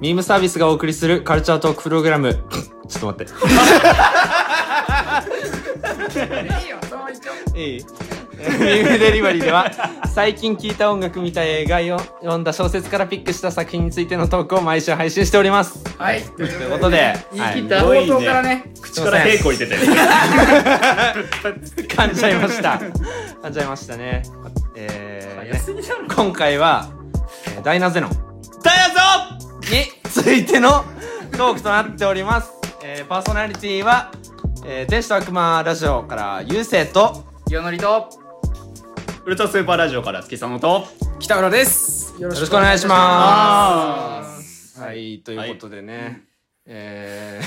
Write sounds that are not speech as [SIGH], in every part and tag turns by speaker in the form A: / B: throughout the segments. A: ミームサービスがお送りするカルチャートークプログラムちょっと待っ
B: いよ、そう一応。
A: ていいミームデリバリーでは最近聴いた音楽見た映画を読んだ小説からピックした作品についてのトークを毎週配信しております
B: はい、と
A: と
B: い
A: いうことで
B: 言い切っ
A: は
B: た
C: すごい
B: 冒
C: ね
B: 頭からね、
C: 口から稽古いてて。
A: い噛んじゃいました噛んじゃいましたねえーね
C: 休みなの
A: 今回は、えーダイナゼノン
C: ダイヤぞ
A: についてのトークとなっております、えーパーソナリティは、えー天使と悪魔ラジオからゆうせいと
B: よのりと、
C: ウルトラスーパーラジオから月さんと。
D: 北浦です。
B: よろ。
A: よろしくお願いしますはいということでね、え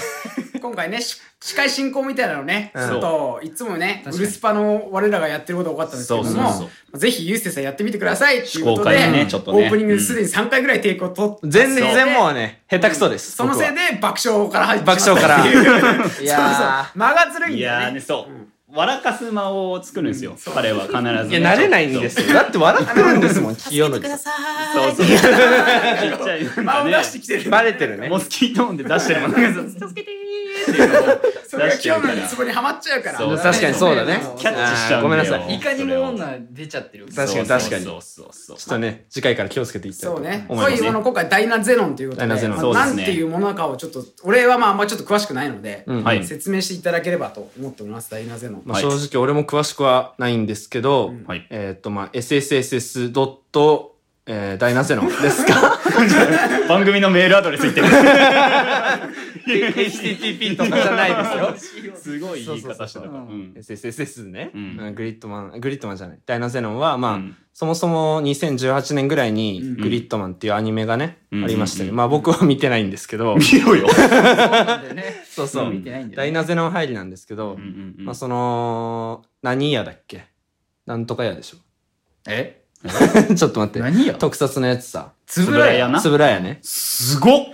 B: 今回ね、し司会進行みたいなのね、ち
A: うん
B: ょっと、いつもね、ウルスパの我らがやってることが多かったんですけど
C: そうそう
B: も、ぜひユーステさんやってみてくださいっていうこと
C: 非公
B: で、
C: 開
A: にね
C: ちょっと
B: オ
C: ね
B: ープニングですでに3回ぐらいテイクを取って、
A: ー、全然もうね下手くそです
B: そのせい
A: 僕は
B: で爆笑から入って
A: 爆笑から
B: しまったっていう
A: いや
B: そうそう間がずるいん
C: い
B: だ
C: や
B: よ
C: ーね、
B: ね。
C: そう。笑かす間を作るんですよ。彼は必ず。
A: ーいや慣れないんですよだって笑ってるんですもん清野さん
C: そう。
D: [LAUGHS]
C: そうそう。ちっちゃい。
B: 間を出してきてる。
A: バレてるね
C: モスキートーンで出してるもんね。助けてーっていうのを
B: それ
C: 出
B: が
C: して
B: 今日
C: るか
B: の
C: ら。
B: ツボにはまっちゃうから。
C: そう
A: 確かにそうだね
C: キャッチしちゃ
A: あー
C: うんだよ。
A: ごめんなさい
D: いかにも女出ち
A: [LAUGHS]
D: ゃってる。
A: 確かに確かに
C: そうそうそ
A: ちょっ
C: うそう。
A: とね次回から気をつけていきたいと
B: そう
A: 思い
B: ね。
A: ま
B: そう
A: す
B: いうもの今回ダイナゼノンということで、
A: ダイナゼノン
B: まあ
C: そうです
B: なん
C: ね
B: ていうものなのかをちょっと、俺はまああんまちょっと詳しくないので、
A: うん
C: はい
B: 説明していただければと思っております、ダイナゼノン。
A: まあ、
C: は
A: 正
C: い
A: 直俺も詳しくはないんですけど、
C: はい [LAUGHS]
A: えっ、とまあ SSSS ドットえーダイナゼノンですか
C: 番組のメールアドレス言ってる。
A: HTTP とかじゃないですよ
C: [LAUGHS] すごい言い方してたから。
D: そう
C: う
D: そうん
A: SSSS ね、
C: うん
A: うんグリッドマングリッドマンじゃないダイナゼノンはまあ、
C: うん
A: そもそも2018年ぐらいにグリッドマンっていうアニメがね、
C: うん
A: ありましたね、
C: うん
A: まあ僕は見てないんですけど、 [LAUGHS]
C: 見ろよ。
D: なんだよね。
A: そうそう、
C: うん
D: 見てないんだ
A: ダイ
D: よね。
A: ナゼノン入りなんですけど、まあその何屋だっけなんとか屋でしょ
D: え
A: [LAUGHS] ちょっと待って
D: 何や
A: 特撮のやつさ
D: つ
C: つ
D: ぶ
C: ぶ
D: ら
C: ら
D: や
C: やな
A: つ。ぶらやね
C: すごっ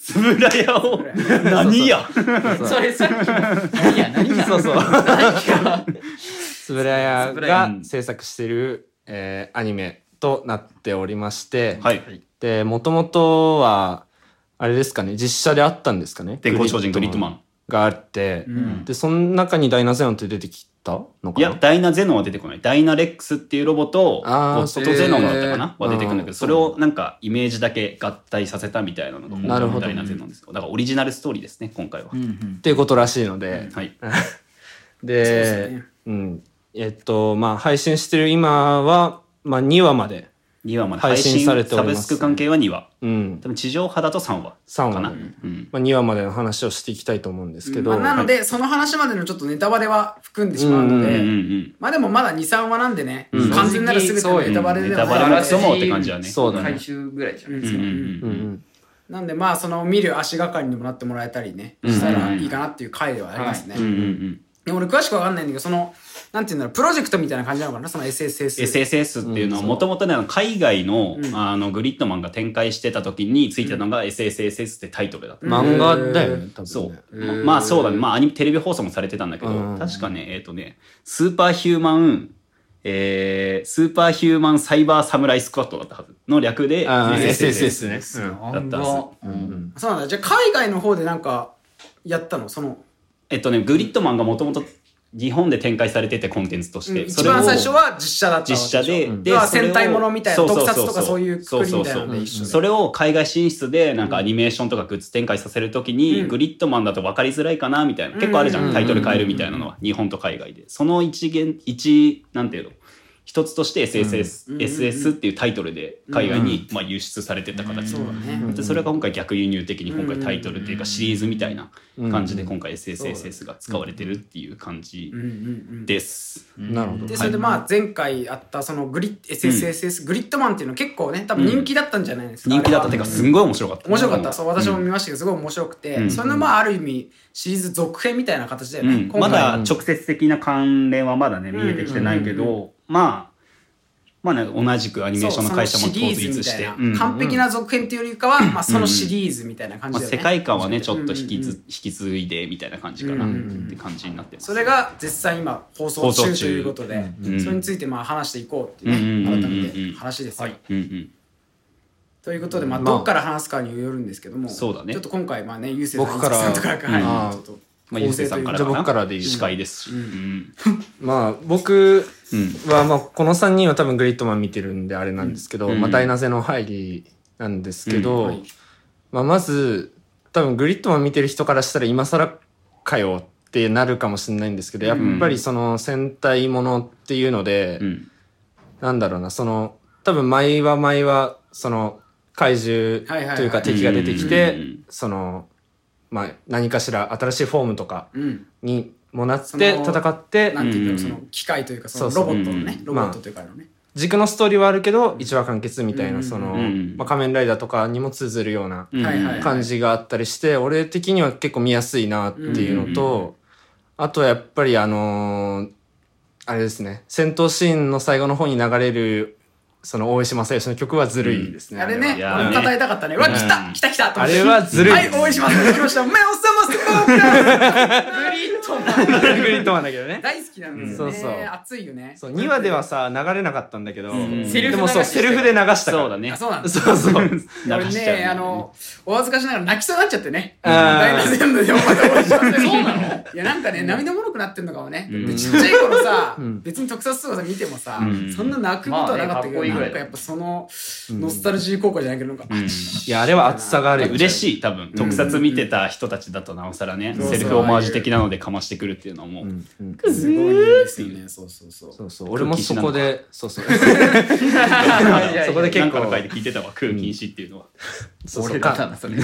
C: つぶらやを何や
D: それさっきの。何や何や
A: そうそう
D: 何や
A: つぶらや
D: つぶらや
A: が制作してる、えーアニメとなっておりまして、
C: はい。
A: でもともとはあれですかね実写であったんですかね
C: 天候超人グリッドマン。
A: があって、
B: うん
A: でその中にダイナゼノンって出てきたの
C: い
A: かな
C: や、ダイナゼノンは出てこない。ダイナレックスっていうロボと、
A: あー
C: ゴッドゼノンだったかな
A: えー
C: は出てくるんだ
A: あー
C: けど、それをなんかイメージだけ合体させたみたいなのが
D: うん
A: なるほど
C: ダイナゼノンですよ。だからオリジナルストーリーですね、今回は。
D: ん
A: っていうことらしいので、
C: はい。
A: で
B: そうですね
A: うんえっとまあ配信してる今は、まあ、2話まで、
C: 2話まで
A: 配
C: 配
A: 信
C: 信
A: されてお
C: サ
A: りま
C: ブ
A: す
C: スク関係は2話。
A: うん
C: 多分地上波だと3話
A: 3話
C: か
A: ま
C: な。
A: で、
C: うん。
A: まあ、2話までの話をしていきたいと思うんですけど、
B: まあ、なので、その話までのちょっとネタバレは含んでしまうの
C: うん
B: で、
C: うんうん。
B: まあでもまだ2、3話なんでね、
C: うん
B: 完全なる全ての
D: そう
B: ネタバレでは
C: ネタ
B: ない
C: バレ
B: の
C: は
B: で、
C: そう思うって感じだね
A: そうだね
D: 回収ぐらいじゃない
B: うん
D: で
C: うん
D: す
C: うん
D: か。
A: う
C: うん。
A: うんん、
B: なんでまあその見る足がかりにもなってもらえたりね、
C: うん
B: したらいいかなっていう回ではありますね。
C: うんうんうん。
B: でも俺詳しくわかんないんだけど、その、なんていうんだろう、プロジェクトみたいな感じなのかな、その SSS。
C: SSS っていうのはもともとねあの海外の,、
B: うん
C: あのグリッドマンが展開してた時についてたのが SSSS ってタイトルだった、
B: うん
A: 漫画だよね多分ね
C: そう、
D: へー
C: まあそうだねまあアニメテレビ放送もされてたんだけど、
A: うん
C: 確かねえっ、とねスーパーヒューマンえー、スーパーヒューマンサイバーサムライスクワットだったはずの略で
A: あー
C: SSSS
A: SSS ね、うん
C: だったはず
A: うん
B: そうなんだ。じゃあ海外の方でなんか、やったのその、
C: えっとねグリッドマンがもともと日本で展開されててコンテンツとし
B: うん
C: て、
B: 一番最初は実写だった
C: 実
B: わけ
C: 写
B: しょ
C: で、
A: ん
C: で
B: 要は
C: それを
B: 戦隊ものみたいな
C: そうそうそう
B: 特撮とかそういうくくりみたいなので一緒で
C: それを海外進出でなんかアニメーションとかグッズ展開させるときに、
B: うん
C: グリッドマンだと分かりづらいかなみたいな結構あるじゃん、
A: うん
C: タイトル変えるみたいなのは、日本と海外でその一元一なんていうの一つとして SSS、
B: うん
C: SS っていうタイトルで海外に、まあ、輸出されてった形
B: そうだね。
C: でそれが今回逆輸入的に今回タイトルっていうかシリーズみたいな感じで今回 SSSS が使われてるっていう感じ
B: うんうんうん
C: です。
A: なるほど
B: でそれでまあ前回あったそのグリッ SSSS、グリッドマンっていうの結構ね多分人気だったんじゃないですか、
C: 人気だったっていう
B: か
C: かすんごい面白かった。
B: 面白かったそう私も
C: ん
B: 見ましたけどすごい面白くて、
C: うん
B: それのまあある意味シリーズ続編みたいな形だよね、
C: うん
B: 今回
C: まだ直接的な関連はまだね
B: ん
C: 見えてきてないけど、まあまあね同じくアニメーションの会社も統一して、
B: そうそのシリーズみたいな
C: うんま
B: 完璧な続編っていうよりかは、まあ、そのシリーズみたいな感じ
C: あ、
B: だよね、
C: 世界観はねちょっと引き
B: うん
C: ず、
B: うん
C: 引き継いでみたいな感じかな、
B: うん
C: って感じになってます
B: それが実際今放送
C: 放送
B: 中
C: 中
B: ということで、
C: うん
B: それについてまあ話していこうっていうね、
C: うんうんうんうん
B: 改めて話ですよ、
C: うんうん
B: ということで、まあ、
A: まあ
B: どっから話すかによるんですけども、
C: そうだね
B: ちょっと今回、まあね、ゆうせいさん、
A: 僕から
B: いつきさんとか
C: うん
B: はいちょっと
C: まあ、ゆうせいさんから
A: じ
C: か
A: ゃあ
C: な
A: 僕からでいい
C: 司会ですし、うん
A: まあ僕
C: うん
A: はまあこの3人は多分グリッドマン見てるんであれなんですけど、
C: うん
A: まあ、大なぜの会議なんですけど、
C: うん
B: はい
A: まあ、まず多分グリッドマン見てる人からしたら今更かよってなるかもしれないんですけどやっぱりその戦隊ものっていうので、
C: うん
A: なんだろうなその多分毎は毎はその怪獣
B: はいはいはい
A: というか敵が出てきて、
C: うん
A: その、まあ、何かしら新しいフォームとか
B: うん、
A: にもなって
B: その
A: 戦って
B: なんていうんだろう、そ
C: うん
B: の機械というか、その
A: そ
B: ロ
A: う
B: ボ
A: そう
B: ットのね
C: う、
B: ロボットというかあのね、
A: 軸のストーリーはあるけど一話完結みたいな、
B: うん
A: その、
C: うん
A: まあ、仮面ライダーとかにも通ずるような
C: うん
B: はいはい
A: 感じがあったりして、俺的には結構見やすいなっていうのと、
C: うん
A: あとはやっぱりあのーあれですね戦闘シーンの最後の方に流れるその大石正義の曲はずるいですね、
B: あれ
A: は
B: ね、
C: いやー
B: 俺も語りたかったね。うわ、
A: うん
B: 来た来た来たと思って
A: あれはずるい
B: はい、応援します。来ました。目を覚ますと、グリッ
A: [LAUGHS]
B: トマン
A: グリッドマンだけど
B: [LAUGHS]
A: ね
B: 大好きなんですよね。
A: そうそう
B: 熱いよね。
A: そう2話ではさ流れなかったんだけど、
C: ん
A: でもそうセ
B: セ
A: ル
B: ル
A: フ
B: フ
A: で
B: で
A: 流したから
C: そうだね
B: あそうなんです。
A: そうそう
B: 俺
C: 流しちゃう
B: ね、あの、お恥ずかしながら泣きそうになっちゃってね。
A: あー
B: 大学生のでお前と応援します
D: そうなの
B: いや、なんかね、涙もろくなってんのかもね。
C: うん
B: でちっちゃい頃さ
A: うん、
B: 別に特撮とかさ見てもさ
C: うん、
B: そんな泣くことはなかったけ
D: まあねかっこ
B: ど、
D: いいぐ
B: な
D: らい
B: んかやっぱその、ノスタルジー効果じゃないけど、なんか、
C: うん
A: いやあれは厚さがあるよ
C: 嬉しい多分特撮見てた人たちだとなおさらね、
B: うん
C: セルフオマージュ的なのでかましてくるっていうのはもう、
A: うんうん
B: すごいんですよね。そうそうそう。
A: そうそう俺もそこでそうそう
D: そ
A: そこで結構
C: なんかの回で聞いてたわ空禁止っていうのは、
A: そうそう
D: 俺だったなそれ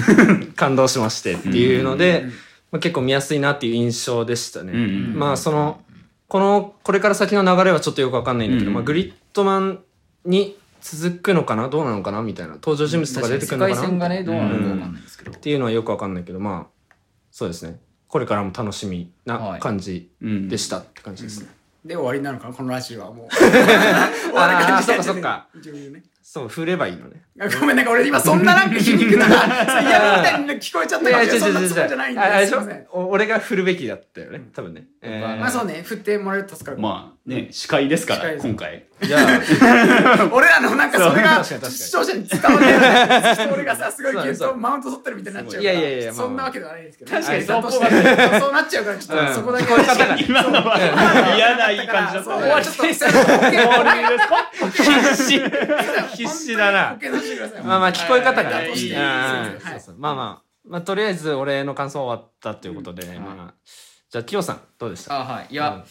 A: 感動しましてっていうので、
B: うん
A: まあ、結構見やすいなっていう印象でしたね。
C: うんうん
A: まあそのこのこれから先の流れはちょっとよくわかんないんだけど、
C: うん
A: まあ、グリッドマンに続くのかなどうなのかなみたいな登場人物とか出てくるのかな
D: 世界線がねどうなるか
A: うん
D: わかんないですけど
A: っていうのはよくわかんないけどまあそうですねこれからも楽しみ
D: は
A: ない感じ
C: うん
A: でしたって感じですね。
B: で終わりなのかなこのラジオはもう。
A: [LAUGHS] ああそっかそっか
B: 一応言うね
A: そう振ればいいのね。
B: あごめんなんか俺今そんななんか皮肉なそう嫌なみたいに聞こえちゃった
A: い
B: か
A: や
B: も
A: 違う
B: しれないそ
A: 違う違う
B: んなつもりじゃないん
A: ああれで
B: で
A: すし
B: い
A: ょ
B: ません。
A: お俺が振るべきだったよね多分ね。えー
B: まあそうね振ってもらえると助かる。
C: まあね司会ですか
B: 司会
C: ら
B: です
C: 今回
A: じゃあ
B: 俺らのなんかそれが
A: そう確かに確かに
B: 視聴者に伝わらな
A: [LAUGHS]
B: い。そして俺がさすごい
A: そう
B: 言う
A: そ
B: と
A: う
B: マウント取ってるみたいになっちゃう
A: い
B: か
A: や
B: ら。
A: いやいやまあまあ
B: そんなわけではないですけど。確
D: かに
B: そ
D: そうう
B: そうなっちゃうからちょっ
A: うん
B: とそこだけ。
A: 聞こえ方がね
C: 今のは嫌な言い感じだっ
B: そう
C: た
B: こは
C: ね
B: ちょっとそれは
A: 必死必死だな
B: 保。険させてください
A: まあまあ聞こえ方が
B: はい
A: ね
B: はい
A: いい
B: はい
A: うんそうそうまあまあまあとりあえず俺の感想終わったということで、まあじゃあキヨさんどうでした
D: あはいいや、
A: うん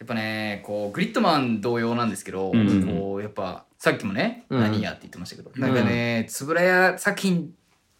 D: やっぱねこうグリッドマン同様なんですけど、
C: うんうん
D: こうやっぱさっきもね、
A: うん
D: 何やって言ってましたけど、なんかねつぶらや作品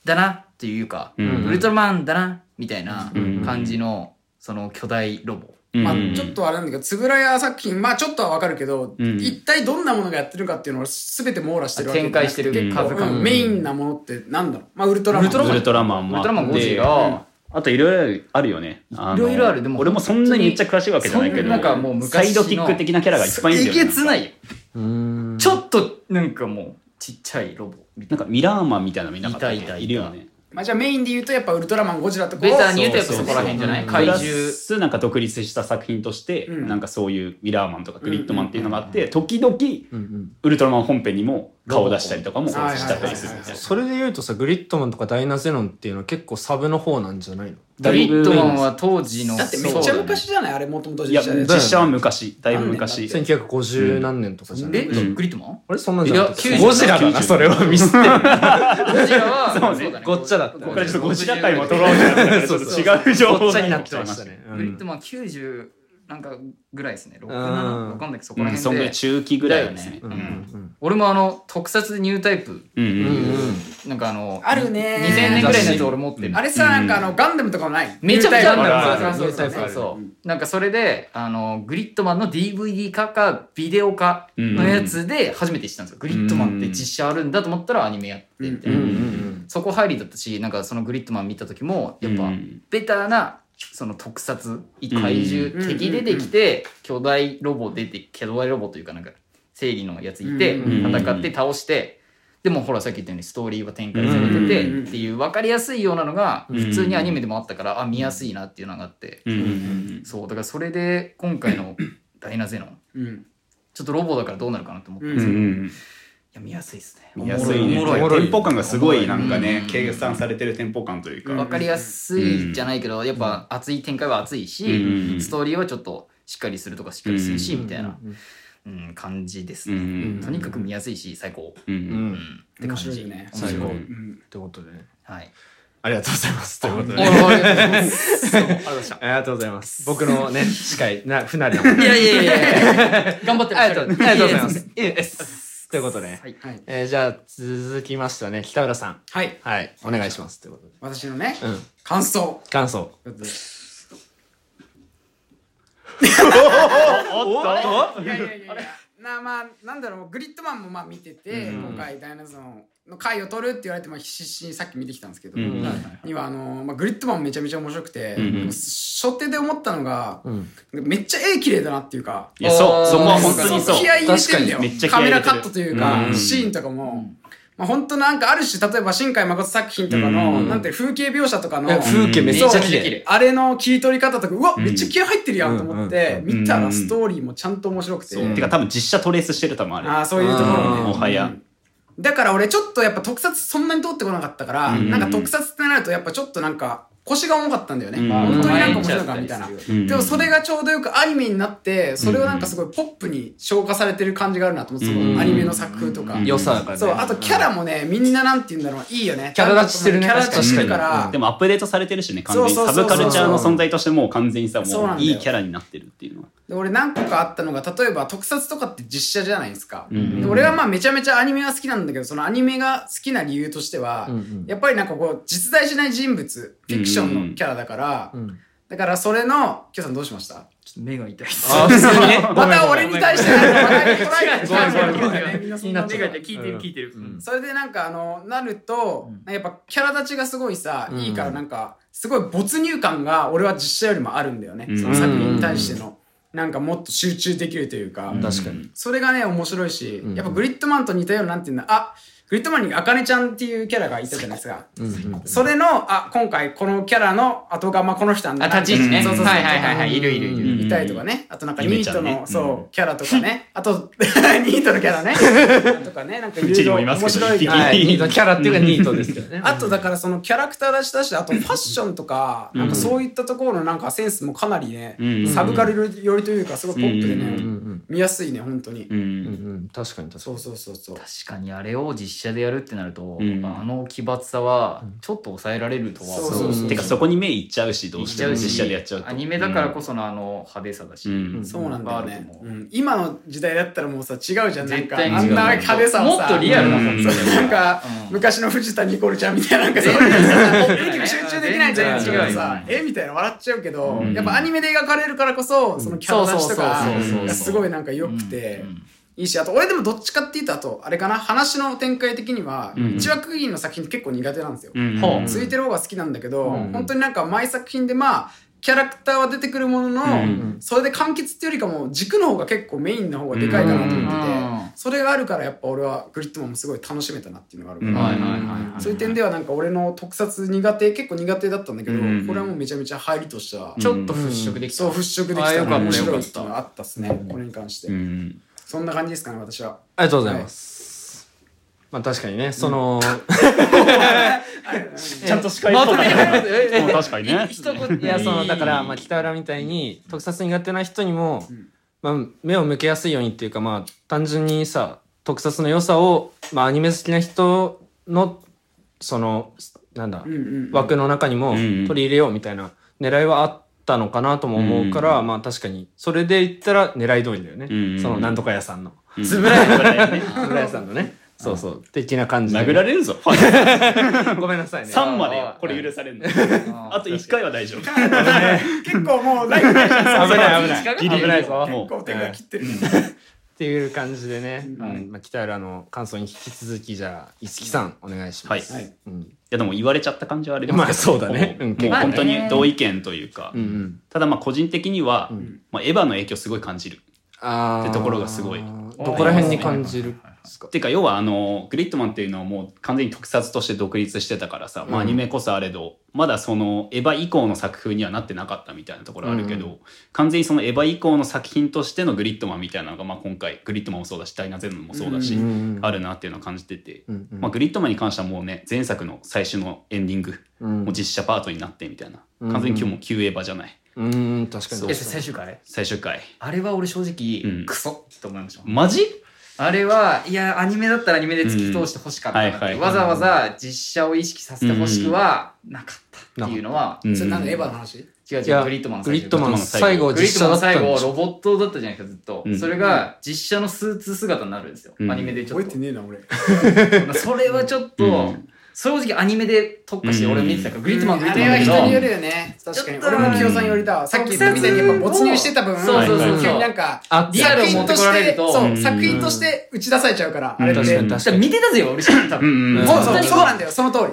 D: だなっていうか、
C: うん
A: うん
D: ウルトラマンだなみたいな
C: うん
D: 感じの、その巨大ロボ
C: うん
B: まあ、ちょっとあれなんだけど、円谷作品、まあちょっとはわかるけど、
C: うん
B: 一体どんなものがやってるかっていうのを全て網羅してるわけ
D: 展開してる
B: 結
D: 数
B: 構、
D: 々、
B: うんメインなものってなんだろうまあウルトラマン。
D: ウルトラ
C: ウ
D: マ
C: ルトラマン
D: ウ
C: も
D: ルトラマン
C: あって
D: 5時が、
C: あといろいろあるよねあの
D: いろいろあるでも
C: 俺もそんなにめっちゃ詳しいわけじゃないけ
D: そ
C: ど
D: んななんかもう
C: サイ
D: 昔の
C: ドキック的なキャラがいっぱいいるん
D: え
C: だよ
D: げ
C: ね
D: つないよ
A: うん
D: ちょっとなんかもうちっちゃいロボみた
C: ないんかミラーマンみたいなの見なかったっけ
D: いたいたいた
C: いるよね
B: まあじゃあメインで言うとやっぱウルトラマン、ゴジラとか
D: ベ
B: を。
D: タに言うとやっぱ
C: そう
D: そ
C: そう
D: こら辺じゃない
A: うん
D: 怪
C: プ
D: 獣
C: ラスなんか独立した作品として、
B: うん
C: なんかそういうミラーマンとかグリッドマンっていうのがあって、時々
A: うんうん
C: ウルトラマン本編にも顔を出したりとかもし
B: ロボコン
C: たりするみたいな。
A: それで言うとさグリッドマンとかダイナゼノンっていうのは結構サブの方なんじゃないの
D: グリッドマンは当時の
B: だってめっちゃ昔じゃないあれもともと実写
C: いや
B: で。
A: だ
C: 実写は昔だいぶ昔
A: 1950何年とかじゃない、
D: え
C: うん
D: グリッドマン
A: あれそんなんじゃなかった
D: いや90
A: ゴジラだな
C: 90
A: それはミスってる
D: ゴジラは
C: そうね
A: ごっちゃだった
C: これちょっとゴジラ界も取ろうじゃなくてちょっと違う情報
A: ごっちゃになってましたね、う
D: グリッド
A: ん、
D: マン90なんかぐらいですね67
A: うん
D: わかんないけどそこ
C: う
D: ら
C: んそん
D: 辺
C: ぐ
D: で、
C: らい中期ぐらいですね。
A: うんうん
D: 俺もあの特撮でニュータイプ
C: うんうん
A: うんうん
D: なんかあの
B: あるねー
D: 2000年ぐらいのやつ俺持ってる
B: あれさ、なんかあの、ガンダムとかもない。
D: めちゃめちゃあるん
A: あるあ
D: だ
A: る
D: そうそう
A: ニュータ
D: そ
A: イ
D: う
A: プ
D: そう、なんかそれであのグリッドマンの DVD 化かビデオ化のやつで初めて知ったんですよ、グリッドマンって実写あるんだと思ったらアニメやってみたいな、
A: うんうん
D: そこ入りだったしなんかそのグリッドマン見た時もやっぱ、
C: うん
D: ベターなその特撮怪
B: うん
D: 獣敵出てきて巨大ロボ出て巨大ロボというかなんか正義のやついて
C: うん
D: 戦って倒してでもほらさっき言ったようにストーリーは展開されてて
B: うん
D: っていう分かりやすいようなのが
C: うん
D: 普通にアニメでもあったからあ見やすいなっていうのがあって
C: うんうん
D: そうだからそれで今回の「ダイナゼノン
B: うん。」
D: ちょっとロボだからどうなるかなと思って
B: う
C: うんうん
B: ん。
D: や見やすいですね
C: 見やすいね
D: おもろいおもろい
C: テンポ感がすごいなんかね
D: うん
C: 計算されてるテンポ感というか、
D: わかりやすいじゃないけど、やっぱ熱い展開は熱いし、
C: うん
D: ストーリーはちょっとしっかりするとかしっかりするし、みたいな、うん、感じですね、
C: うん
D: とにかく見やすいし最高、
C: うんう
A: うん
D: うん
A: ん。
D: って感じ
B: 面白いね
A: 最後。っ
B: うん
A: てことでね。
D: はい
A: ありがとうございます。ということ
D: お
A: で
D: いおい
A: ね。
D: おいありがとうございますそうありがとうございました
A: ありがとうございます。僕のね、司会、な、不慣れなもん
D: いやいやいやいや頑張ってらっしゃる
A: ありがとうございます
D: いえいえです
A: ということでね
D: はい
B: はい
A: えーじゃあ、続きましてはね、北浦さん。
B: はい
A: はい、お願いします。ということで。
B: 私のね
A: うん。
B: 感想
A: 感想。
B: [LAUGHS] いやいやいやいやなまあなんだろうグリッドマンもまあ見てて、
C: うん
B: 今回ダイナゾーンの回を取るって言われてまあ必死にさっき見てきたんですけど、
C: うんはいはい
B: にはあの、まあ、グリッドマンめちゃめちゃ面白くて、
C: うん
B: でも初手で思ったのが
A: うん。
B: めっちゃ絵綺麗だなっていうか
C: いやそうそこは
D: あー
C: 本当にそう
B: 気合い入れてるんだよ
C: 確かにめっちゃ気合
B: カ
C: い入
B: メ
C: れて
B: ラ
C: る
B: カットというか、
C: うん
B: シーンとかも。まあ、本当なんかある種例えば新海誠作品とかの、
A: うん
B: なんて風景描写とかの
A: いや風景めっちゃ綺麗
B: そうあれの切り取り方とかうわ、
C: うん
B: めっちゃ気合入ってるやんと思って、
C: うん
B: 見た
C: うん
B: らストーリーもちゃんと面白くて、
C: そうてか多分実写トレースしてる多分あれ
B: ああそういうところね
A: うん
C: もはや
B: うんだから俺ちょっとやっぱ特撮そんなに通ってこなかったから、
C: うん
B: なんか特撮ってなるとやっぱちょっとなんか腰が重かったんだよね、
C: うん
B: 本当になんか面白いかみたいな、
C: うん
B: でもそれがちょうどよくアニメになってそれをなんかすごいポップに昇華されてる感じがあるなと思ってそ
A: うん
B: のアニメの作風とか、
C: うん
A: 良さがね。
B: そうあとキャラもねみんななんて言うんだろういいよね
A: キャラ立ちしてるね
B: キャラ立ちしてるから、
C: でもアップデートされてるしね完全に
B: そうそ
C: サ
B: うそうそ
C: ブ
B: う
C: カルチャーの存在としてもう完全にさ
B: そうな
C: も
B: ん
C: う
B: だよ
C: いいキャラになってるっていうのは
B: で俺何個かあったのが例えば特撮とかって実写じゃないですか、
C: ん
B: で俺はまあめちゃめちゃアニメは好きなんだけどそのアニメが好きな理由としては、
A: うんうん
B: やっぱりなんかこう実在しない人物フィクションのキャラだから、
A: うん。うん
B: だからそれのキョさんどうしました
D: ちょっと目が痛いです
A: あー、普通にね。
B: また俺に対してなんか笑いに
D: ごめんごめん
B: 捉
D: ご
B: えて
D: めん
B: みんなそ
D: 目
B: ん
D: が
B: な
D: 痛い聞いて
A: う
D: る
A: ん
D: 聞いてる
A: うん
B: それでなんかあのなると、やっぱキャラ立ちがすごいさ、
A: うん
B: いいからなんかすごい没入感が俺は実写よりもあるんだよね、
C: うん
B: その作品に対しての、なんかもっと集中できるというか、
A: 確かに。
B: それがね面白いし、
A: うん
B: やっぱグリッドマンと似たようななんていうんだあグリッドマンにあかねちゃんっていうキャラがいたじゃないですか。
A: うんうん
B: それのあ今回このキャラの後がまあこの人なんだ
D: あ
B: な
D: 立ち位置ね
B: そうそうそう
D: はいはいはいはいいるいるいる
B: いたりとかねあとなんかニ
C: ゆめ
B: ー
C: ちゃ
B: ト
C: んね
B: の、
C: うん
B: そうキャラとかねあとニートのキャラねとかねなんか
C: うちにもいます
B: 面
C: けど
B: 白い
C: 一匹
A: はい、ニートキャラっていうかニートですけどね。
B: あとだからそのキャラクター出しだしあとファッションとかなんかそういったところのなんかセンスもかなりね
C: うん
B: サブカル寄りというかすごいポップで
C: うん
A: うんう
B: ね
A: ん
B: 見やすいね本当に
C: う
A: うんんうん。確かに確か
B: そ
A: に。
B: うそうそうそう
D: 確かにあれを実写でやるってなると、
C: うん
D: あの奇抜さはちょっと抑えられるとは
B: そう
A: そうそう
C: てかそこに目いっちゃうしど
D: 言
C: う
D: っ
C: し
D: ち
C: て
D: ゃ
C: も
D: う
C: 実
D: し
C: 写でやっちゃうと
D: アニメだからこそのあの派手さだし、
C: うん
B: そうなんだよ
D: うん
B: ね
D: バー、
B: う
D: ル
B: ん、今の時代だったらもうさ違うじゃんなん
D: 絶
B: か
D: 対に
B: あんな派手さをさ
D: もっとリアルなもん
B: そうなんか、
D: うん
B: 昔の藤田ニコルちゃんみたいななんかそういう演技に集中できないじゃん
A: 全
B: だ
A: 然違
B: か
A: う
B: ら
A: よ
B: さえみたいな笑っちゃうけど、
C: うん
B: やっぱアニメで描かれるからこそそのキャラ立ちとか
D: そうそう
C: そうそう
B: がすごいなんか良くて、
D: うん
B: いいしあと俺でもどっちかっていうとあとあれかな話の展開的には
C: うん
B: 一話区切りの作品って結構苦手なんですよ、
C: うん
D: ほう
B: ついてる方が好きなんだけど、
A: うん
B: 本当になんか毎作品でまあキャラクターは出てくるものの、
C: うん
B: それで完結っていうよりかも軸の方が結構メインの方がでかいかなと思ってて、
D: うん
B: それがあるからやっぱ俺はグリッドマンもすごい楽しめたなっていうのがあるか
C: うん
B: ら、
D: はいはいはいはい
B: そういう点ではなんか俺の特撮苦手結構苦手だったんだけど、
C: うん
B: これはもうめちゃめちゃ入りとした、
D: ちょっと払拭できた、
B: そう払拭でき
D: あ
B: た
D: よかった
B: 面白
D: よ
B: いっ
D: かって
B: い
D: た
B: うのがあったっすね、これに関して、
C: うん
B: そんな感じですかね私は
A: ありがとうございます。まあ確かにね、その、
C: ちゃんと司会
D: まとめに入るええ
C: うん [LAUGHS] 確かにね
D: 一言
A: いやそのだから、まあ、北浦みたいに特撮苦手な人にも、
B: ん
A: まあ、目を向けやすいようにっていうか、まあ、単純にさ特撮の良さを、まあ、アニメ好きな人のそのなんだ、
B: うんうん
A: 枠の中にも
C: うんうん
A: 取り入れようみたいな狙いはあったのかなとも思うから、まあ確かにそれで言ったら狙い通りだよね、
C: うんうん
A: そのなんとか屋さんの
C: うん
A: つぶらやつぶら屋さんのねそうそう的な感じで
C: 殴られるぞ
A: ごめんなさいね
C: 3までよこれ許されんのあと1回は大丈夫
B: 結構もうライブ
A: 危ない危ない
C: ギリギリ
A: 危ないぞ
C: もう
B: こう手が切ってる、
A: っていう感じでね、
B: うん
A: うんまあ、北浦の感想に引き続きじゃあ五木さんお願いし
C: は
A: ま
C: い
A: す。
B: はい
A: うん
C: いやでも言われちゃった感じはあり
A: まあ
C: ますけ
A: そ
C: ど
A: うだねうん
C: もう
A: 結構
C: 本当に同意見というか、
A: うんうん、
C: ただまあ個人的には、
A: うん
C: まあ、エヴァの影響すごい感じる
A: あー
C: ってところがすごい
A: どこら辺に感じる
D: はい
A: ですか
C: てか要はあのグリッドマンっていうのはもう完全に特撮として独立してたからさ、まあ、
A: うん
C: アニメこそあれどまだそのエヴァ以降の作風にはなってなかったみたいなところあるけど、
A: う
C: 完全にそのエヴァ以降の作品としてのグリッドマンみたいなのが、まあ、今回グリッドマンもそうだし「ダイナゼノン」もそうだし、
B: うん
C: あるなっていうのを感じてて、
A: うんうん
C: まあ、グリッドマンに関してはもうね前作の最終のエンディング
A: うん
C: もう実写パートになってみたいな
A: うん
C: 完全に今日も旧エヴァじゃない
A: うん確かに
C: そう
D: え最終回あれ
C: 最終回
D: あれは俺正
C: う
D: 直
C: ん
D: クソって思いました
C: マジ
D: あれはいやアニメだったらアニメで突き通してほしかったなって、
C: うんはいはい
D: わざわざ実写を意識させてほしくはなかったっていうのは、
C: う
B: [LAUGHS]
C: ん
B: それなんだエヴァの話
D: 違う違う
A: いや
D: グリッドマンの
A: グ
D: 最
A: リ
D: 初
A: ットマン最後
D: グリッ
A: 実写
D: ドマ
A: だ
D: ン
A: った
D: 最
A: ん
D: 後
A: でし
D: ロ
A: ょ
D: ボットだったじゃないですかずっと、
C: うん
D: それが実写のスーツ姿になるんですよ、
C: うん
D: アニメでちょ
B: 覚
D: っ
B: え
D: と
B: てねえな俺
D: それはちょっと、
C: うん
D: 正直アニメで特化して俺見てたから、グリッドマングリ
B: あ
D: ッドマ
B: れは
D: ンだけ
B: 人
D: ど
B: によるよね確かに
D: ちょっと
B: 俺も清さんよりだわさっきみたいにやっぱ没入してた分
D: そう
C: そうそう
B: 急になんか
A: あ
D: リアルを持ってこられると
B: そう
C: うん
B: 作品として打ち出されちゃうからあれって
A: 確かに
D: じゃ
A: 確
D: あ
A: かに
D: 見てたぜよ俺多
C: う
D: 分、
C: んうん
A: うん
B: そう
D: 本
B: そ
D: 当
B: う
D: に
B: そうなんだよその通り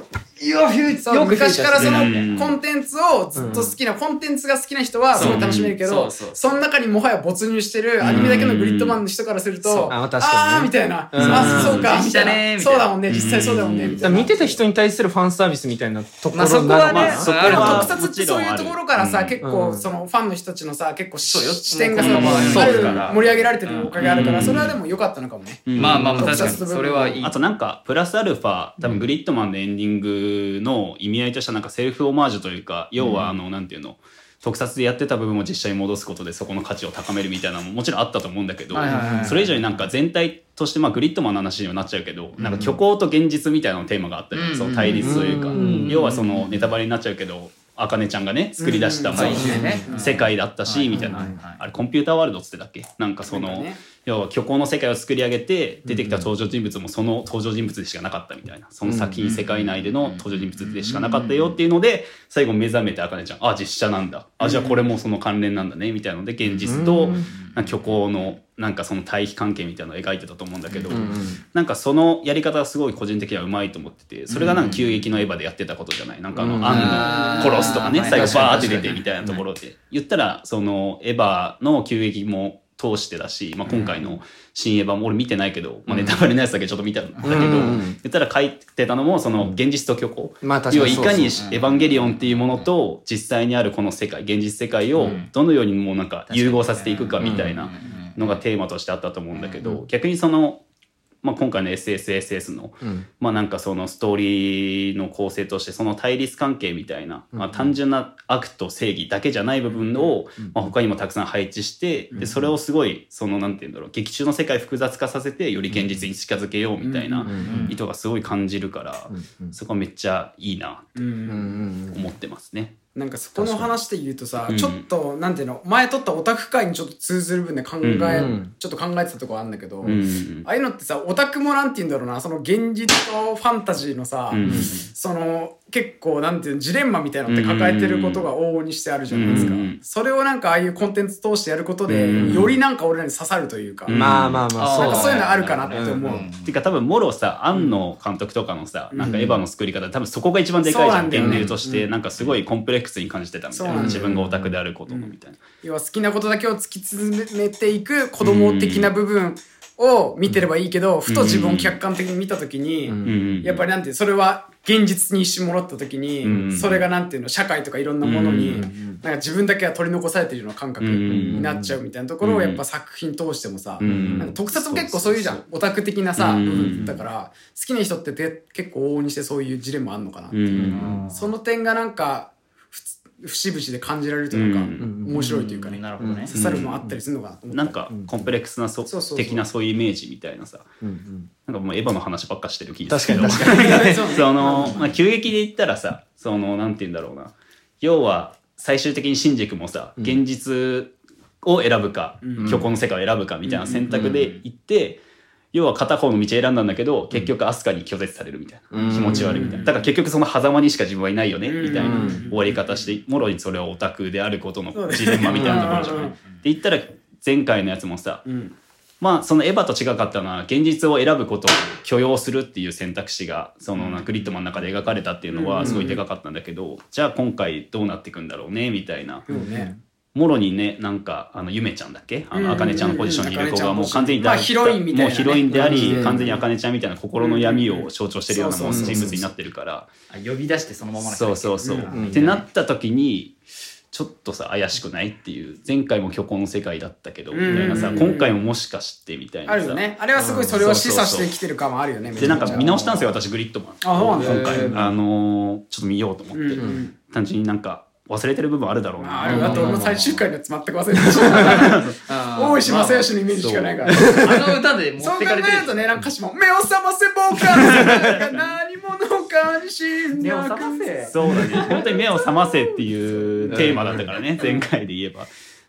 D: いやフュー
B: そう昔からその
C: うん
B: コンテンツをずっと好きな、コンテンツが好きな人はすごい楽しめるけど、
D: うんそうそう
B: その中にもはや没入してるアニメだけのグリッドマンの人からす
A: そ
B: ると、
A: う
B: あ
A: あ確かにね
B: ーみたいな、
A: うん
B: あそうか
D: 実写ね
B: み
D: み
B: た
D: た
B: いなそ
D: いな
B: うだもんね実際そうだもんね、
C: うん
B: みた
A: だから
B: いな。
A: 見てた人に対するファンサービスみたいなところ
D: まあそこはね
A: まあ
C: まあそこは
D: ある
B: 特
D: は
B: 撮ってそういうところからさ、
C: もち
B: 結
A: ろんある
B: 構
A: うん
B: そのファンの人たちのさ結構
D: そうよ
B: 視点がさ、
A: うん
B: あ
A: そう
B: る
A: だ
D: から
B: 盛り上げられてるおかげあるから、
C: うん
B: それはでも良かったのかもね。
C: うん
D: まあまあまあ
B: 特
D: 確
B: 撮
D: か
B: 部
D: にそれはいい
C: あとなんかプラスアルファ多分グリッドマンのエンディングの意味合いとしてはなんかセルフオマージュというか要はあのなんていうの特撮でやってた部分を実写に戻すことでそこの価値を高めるみたいなのももちろんあったと思うんだけど
D: はいはいはい
C: それ以上になんか全体としてまあグリッドマンの話にはなっちゃうけどなんか虚構と現実みたいなのテーマがあったり
D: うん
C: その対立というか
A: うん
C: 要はそのネタバレになっちゃうけど茜ちゃんがね作り出した
B: うん
C: まあ
B: そうね
C: 世界だったしみたい
D: は
C: ない
D: はいはい
C: あれコンピューターワールドっつってたっけなんかそ
B: なんか
C: の
B: ね
C: 要は虚構の世界を作り上げて出てきた登場人物もその登場人物でしかなかったみたいなその作品世界内での登場人物でしかなかったよっていうので最後目覚めて茜ちゃんあ実写なんだあじゃあこれもその関連なんだねみたいなので現実
A: う
C: と
A: ん
C: なんか虚構のなんかその対比関係みたいなのを描いてたと思うんだけど
A: うんうん
C: なんかそのやり方がすごい個人的にはうまいと思っててそれがなんか急激のエヴァでやってたことじゃないなんかあの
A: うん
C: アンの殺すとかね
D: うん
C: 最後バーって出
D: う
C: て
D: ん
C: みたいなところで言ったらそのエヴァの急激も通してだし、まあ、今回の「新エヴァ」も俺見てないけど、まあ、ネタバレのやつだけちょっと見たんだけど、
A: うん
C: 言ったら書いてたのもその現実と虚構、
A: まあ確
C: 要
A: か
C: は
A: に
C: いかにエ
D: そうそう
C: ヴァンゲリオンっていうものと実際にあるこの世界現実世界
D: う
C: を
D: ん
C: どのようにもうなんか融合させていくかみたい
D: うん
C: な
D: うんうん
C: のがテーマとしてあったと思うんだけど、
A: う
C: 逆にその、まあ、今回の SSSS の、
A: うん
C: まあ、なんかそのストーリーの構成としてその対立関係みたいな、まあ、単純な悪と正義だけじゃない部分を、まあ、他にもたくさん配置してでそれをすごいそのなんて言うんだろう劇中の世界複雑化させてより現実に近づけようみたいな
B: うん
D: うん
C: 意図がすごい感じるから
A: うん
C: そこはめっちゃいいな
B: うん
A: うんうん
C: 思ってますね。
B: なんかそこの話で言うとさ、
C: 確
B: ち
C: か
B: ょ
C: に
B: っと、なんていうの、前撮ったオタク会にちょっと通ずる分で考え、
A: ん
B: ちょっと考えてたとこあるんだけど、
C: うん
B: ああいうのってさ、オタクもなんていうんだろうな、その現実とファンタジーのさ、
C: うん
B: その結構なんていうのジレンマみたいなのって抱えてることが往々にしてあるじゃないですか、
C: うんうん
B: それをなんかああいうコンテンツ通してやることで、
C: うん
B: よりなんか俺らに刺さるというか、
C: うん
A: まあまあまあ
B: なんか
A: そ
B: そう
A: う
B: いう
A: だ
B: の
A: ね
B: あるかなって思う、
D: うん
C: っていうか多分もろさ庵野監督とかのさ、なんかエヴァの作り方多分そこが一番でかいじゃん
B: そうなんだよね
C: 源流として、なんかすごいコンプレックスに感じてたみた
B: そ
C: い
B: うな
C: な
B: だよ
C: ん自分がオタクであることのみたいな、
B: 要は好きなことだけを突き詰めていく子供的な部分を見てればいいけど、ふと自分を客観的に見た時に、
A: うん
C: うん
B: やっぱりなんていうそれは現実に一瞬戻った時に、
C: うん
B: それがなんていうの社会とかいろんなものに、
C: うん
B: なんか自分だけが取り残されてるような感覚
C: うん
B: になっちゃうみたいなところを
C: うん
B: やっぱ作品通してもさ、
C: うん
B: なんか特撮も結構そういうじゃんオタク的なさ、
C: うん
B: 部分だから好きな人ってて結構往々にしてそういうジレンマあんのかな、
C: うんうん
B: その点がなんかふつ節々で感じられるとなんか
C: うん
B: 面白いというかね、
D: なるほどね
B: 刺さるもんあったりするのかなと思った
C: なんかコンプレックスなそ、
B: そうそうそう
C: 的なそういうイメージみたいなさ
A: うんうん
C: なんかもうエヴァの話ばっかしてる気がするけど
A: 確
C: [LAUGHS] その、まあ、急激で言ったらさそのなんて言うんだろうな要は最終的に新宿もさ現実を選ぶか、虚構の世界を選ぶかみたいな選択で行って、要は片方の道選んだんだけど結局飛鳥に拒絶されるみたいな、
A: うん
C: 気持ち悪いみたいなだから結局その狭間にしか自分はいないよね、みたいな
B: うん
C: 終わり方してもろにそれはオタクであることのジレンマみたいなところじゃない。
B: うん
C: って言ったら前回のやつもさ、
B: ん
C: まあそのエヴァと違かったのは現実を選ぶことを許容するっていう選択肢がそのグリッドマンの中で描かれたっていうのはすごいでかかったんだけど、じゃあ今回どうなっていくんだろうねみたいな
B: でもね
C: もろにね、なんか、あの、ゆめちゃんだっけあ
B: うんうんう
C: の、
B: ん
C: あかねちゃんのポジションにいる子がもう完全に
B: まあ
C: だ
B: ヒロインみたいなね
C: もうヒロインであり、
A: うん
C: 完全にあかねちゃんみたいな心の闇を象徴してるような
B: うんう
C: も
B: ん
C: う
B: そうそうそう
C: 人物になってるから、
D: あ呼び出してそのままな
C: そうそうそう。
B: うん
A: うん
C: ってなった時に、ちょっとさ、怪しくないっていう、前回も虚構の世界だったけど、みたいなさ、
B: うんうんうん
C: 今回ももしかしてみたいなさ。
B: あるよね。あれはすごいそれを示唆してきてる感はあるよね。
C: でなんか見直したんです
B: よ。
C: よ私グリッドマン
B: あそうなんだ
C: 今回、
D: へー
C: あのーちょっと見ようと思っ
B: う
C: て、
B: んうん。
C: 単純になんか忘れてる部分あるだろう
B: まあ
C: な
B: あれだと俺も最終回のやつ全く忘れてまし
C: [LAUGHS]
D: あー
B: た。大石正義のイメージしかないから。
D: あの歌で持
B: そ
D: っ
B: う
D: て
B: 考
D: か
B: え
D: れ
B: る
D: てるでしょ
B: とね、なんか歌詞も、目を覚ませ、僕は何者かに死ん
D: 目を
B: だ
D: 覚
B: カフ
D: ませ
B: ェ。
C: そうだね本当に目を覚ませっていうテーマだったからね前回で言えば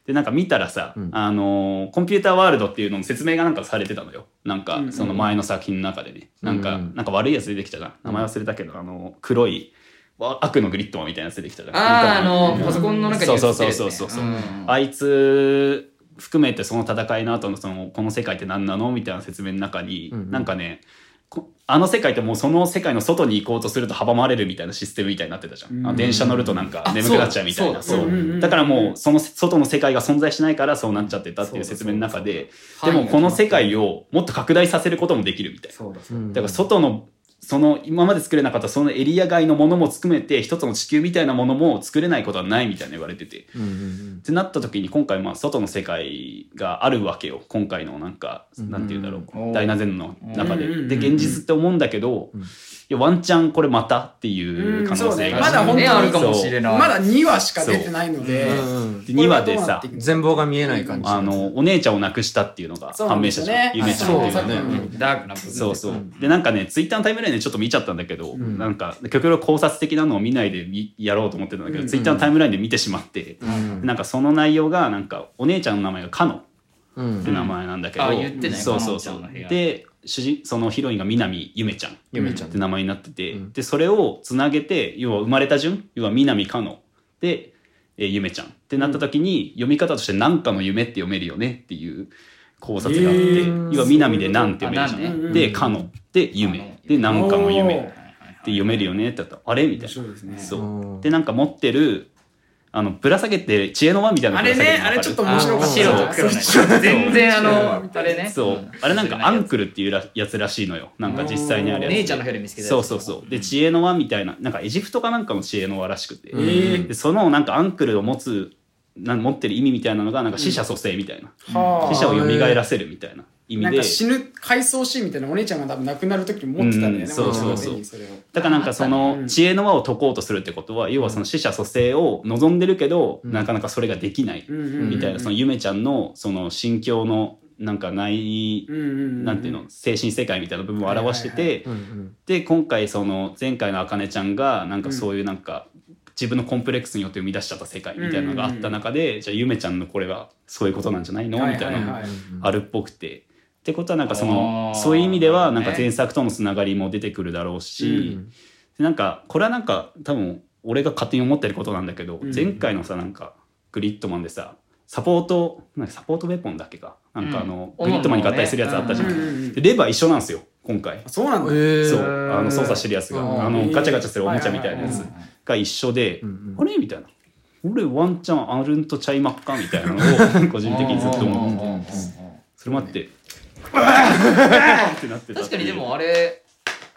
C: でなんか見たらさ、
A: うん
C: あのーコンピューターワールドっていうのの説明がなんかされてたのよなんか
B: うん
C: その前の作品の中でね、なんか、
A: うん
C: なんか悪いやつ出てきたじゃん名前忘れたけどあの黒いわ悪のグリッドマンみたいなやつ出てきたじゃん
D: あああ
C: う
D: の
C: ん
D: パソコンの中に映ってるやつね
C: そうそうそうそうそうんあいつ含めてその戦いの後のそのこの世界って何なのみたいな説明の中に、
A: うんうん
C: なんかねこあの世界ってもうその世界の外に行こうとすると阻まれるみたいなシステムみたいになってたじゃん、あの
B: うん
C: 電車乗るとなんか眠くなっちゃうみたいな
D: あそう
C: そう
B: そううんうん
C: だからもうその外の世界が存在しないからそうなっちゃってたっていう説明の中ででもこの世界をもっと拡大させることもできるみたいな
D: そうだそう
A: うん
C: だから外のその今まで作れなかったそのエリア外のものも含めて一つの地球みたいなものも作れないことはないみたいな言われてて
A: うんうん
C: ってなった時に今回まあ外の世界があるわけよ今回のなんか、
A: うん
C: なんて言うんだろ
D: お
C: う
D: ー
C: 大ナゼンの中で、
B: うんうんうん
C: で現実って思うんだけど、
A: うん
C: いやワンチャンこれまたっていう可能性が、
B: うんそうねまだ本当に
D: ねあるかもしれない
B: まだ2話しか出てないの
A: う
B: で、
A: んうん
C: で2話で
B: これ
C: さ
B: がどうなっていくの
A: 全貌が見えない感じ
C: あのお姉ちゃんを亡くしたっていうのが判明したじゃん、
B: そう
C: ゆ
B: なんで
C: めち
B: す
C: ゃ
B: よ
C: んっ
A: そ
C: ていうの
A: う
C: がね。
A: うん
D: ダークな部分
C: そうそううんでなんかねツイッターのタイムラインでちょっと見ちゃったんだけど、
A: ん
C: なんか極力考察的なのを見ないでみやろうと思ってたんだけど、
B: うん
C: ツイッターのタイムラインで見てしまって、
A: うん
C: なんかその内容がなんかお姉ちゃんの名前がカノ
A: う
C: って
A: ん
C: 名前なんだけど、
D: あ言ってね
C: そうそうそう
D: かのんちゃんの部屋
C: で主人そのヒロインが南ゆめちゃん
A: ゆめちゃん
C: って名前になってて、
A: うん
C: でそれをつなげて要は生まれた順要は南かので、えーゆめちゃんってなった時に、読み方として「なんかの夢」って読めるよねっていう考察があって、
B: へ
A: ー
C: 要は南で「なん」って読めるじゃん、
D: あなん
B: ね
C: で「かの」で「
D: あの
C: 夢」で「なんかの夢」
B: おー
C: って読めるよねってなったらあれ?」みたいな。
B: うですね
C: そう
A: うん
C: でなんか持ってるあのぶら下げて知恵の輪みたいな
B: あ
C: のぶ
B: れ
C: ら下
B: ねあ
C: げてる、のわ
B: れ
C: かる
B: ちょっと面白かった。
D: 白と黒ね全然あのあれね
C: そう。あれなんかアンクルっていうらやつらしいのよ。なんか実際にあるやつ。
D: 姉ちゃんの部屋で見つけたやつ
C: そうそうそう。で、知恵の輪みたいな、なんかエジプトかなんかの知恵の輪らしくて。
A: えー
C: で、そのなんかアンクルを持つ、なん持ってる意味みたいなのが、なんか死者蘇生みたいな。
B: はあ
C: 死者を蘇らせるみたいな意
B: な
C: 味
B: ん
C: で
B: か。死ぬ回想シーンみたいなお姉ちゃんが多分亡くなる時に持ってたんだよね、
C: うんそう
A: そう
C: そう
B: 俺の手にそれを
C: だからなんかそ
B: あったねう
C: の
B: ん
C: 知恵の輪を解こうとするってことは、要はその死者蘇生を望んでるけど、
A: うん
C: なかなかそれができない
B: うんうんうん
C: みたいな、そのゆめちゃんのその心境のなんかない、
B: うんうんうん
C: なんていうの、精神世界みたいな部分を表してて、
B: はいは
A: うん
C: で今回その前回のあかねちゃんがなんかそういうなんか自分のコンプレックスによって生み出しちゃった世界みたいなのがあった中で、じゃあゆめちゃんのこれはそういうことなんじゃないのみたいなの
B: は
C: が
B: い
C: あるっぽくて。ってことはなんかその
D: あー
C: そういう意味ではなんか
D: ね
C: 前作とのつながりも出てくるだろうし、
A: うん
C: でなんかこれはなんか多分俺が勝手に思ってることなんだけど、
B: ん
C: 前回のさなんかグリッドマンでさサポートなんかサポートウェポンだっけかなんかあの、
D: うん
C: グリッドマンに合体するやつあったじゃ
B: う
C: ん、
B: んうんうん
C: でレバー一緒なんですよ今回
B: あそうなんだ、
A: えー
C: そうあの操作してるやつが、
A: うん
C: あのガチャガチャするおもちゃみたいなや
B: う
C: つ
B: ん
C: が一緒で、
A: ん
C: あれみたいな俺ワンチャンアルンとチャイマッカみたいなの [LAUGHS] を個人的にずっと思ってて
D: 思
C: それもあってってなってた
D: 確かにでもあれ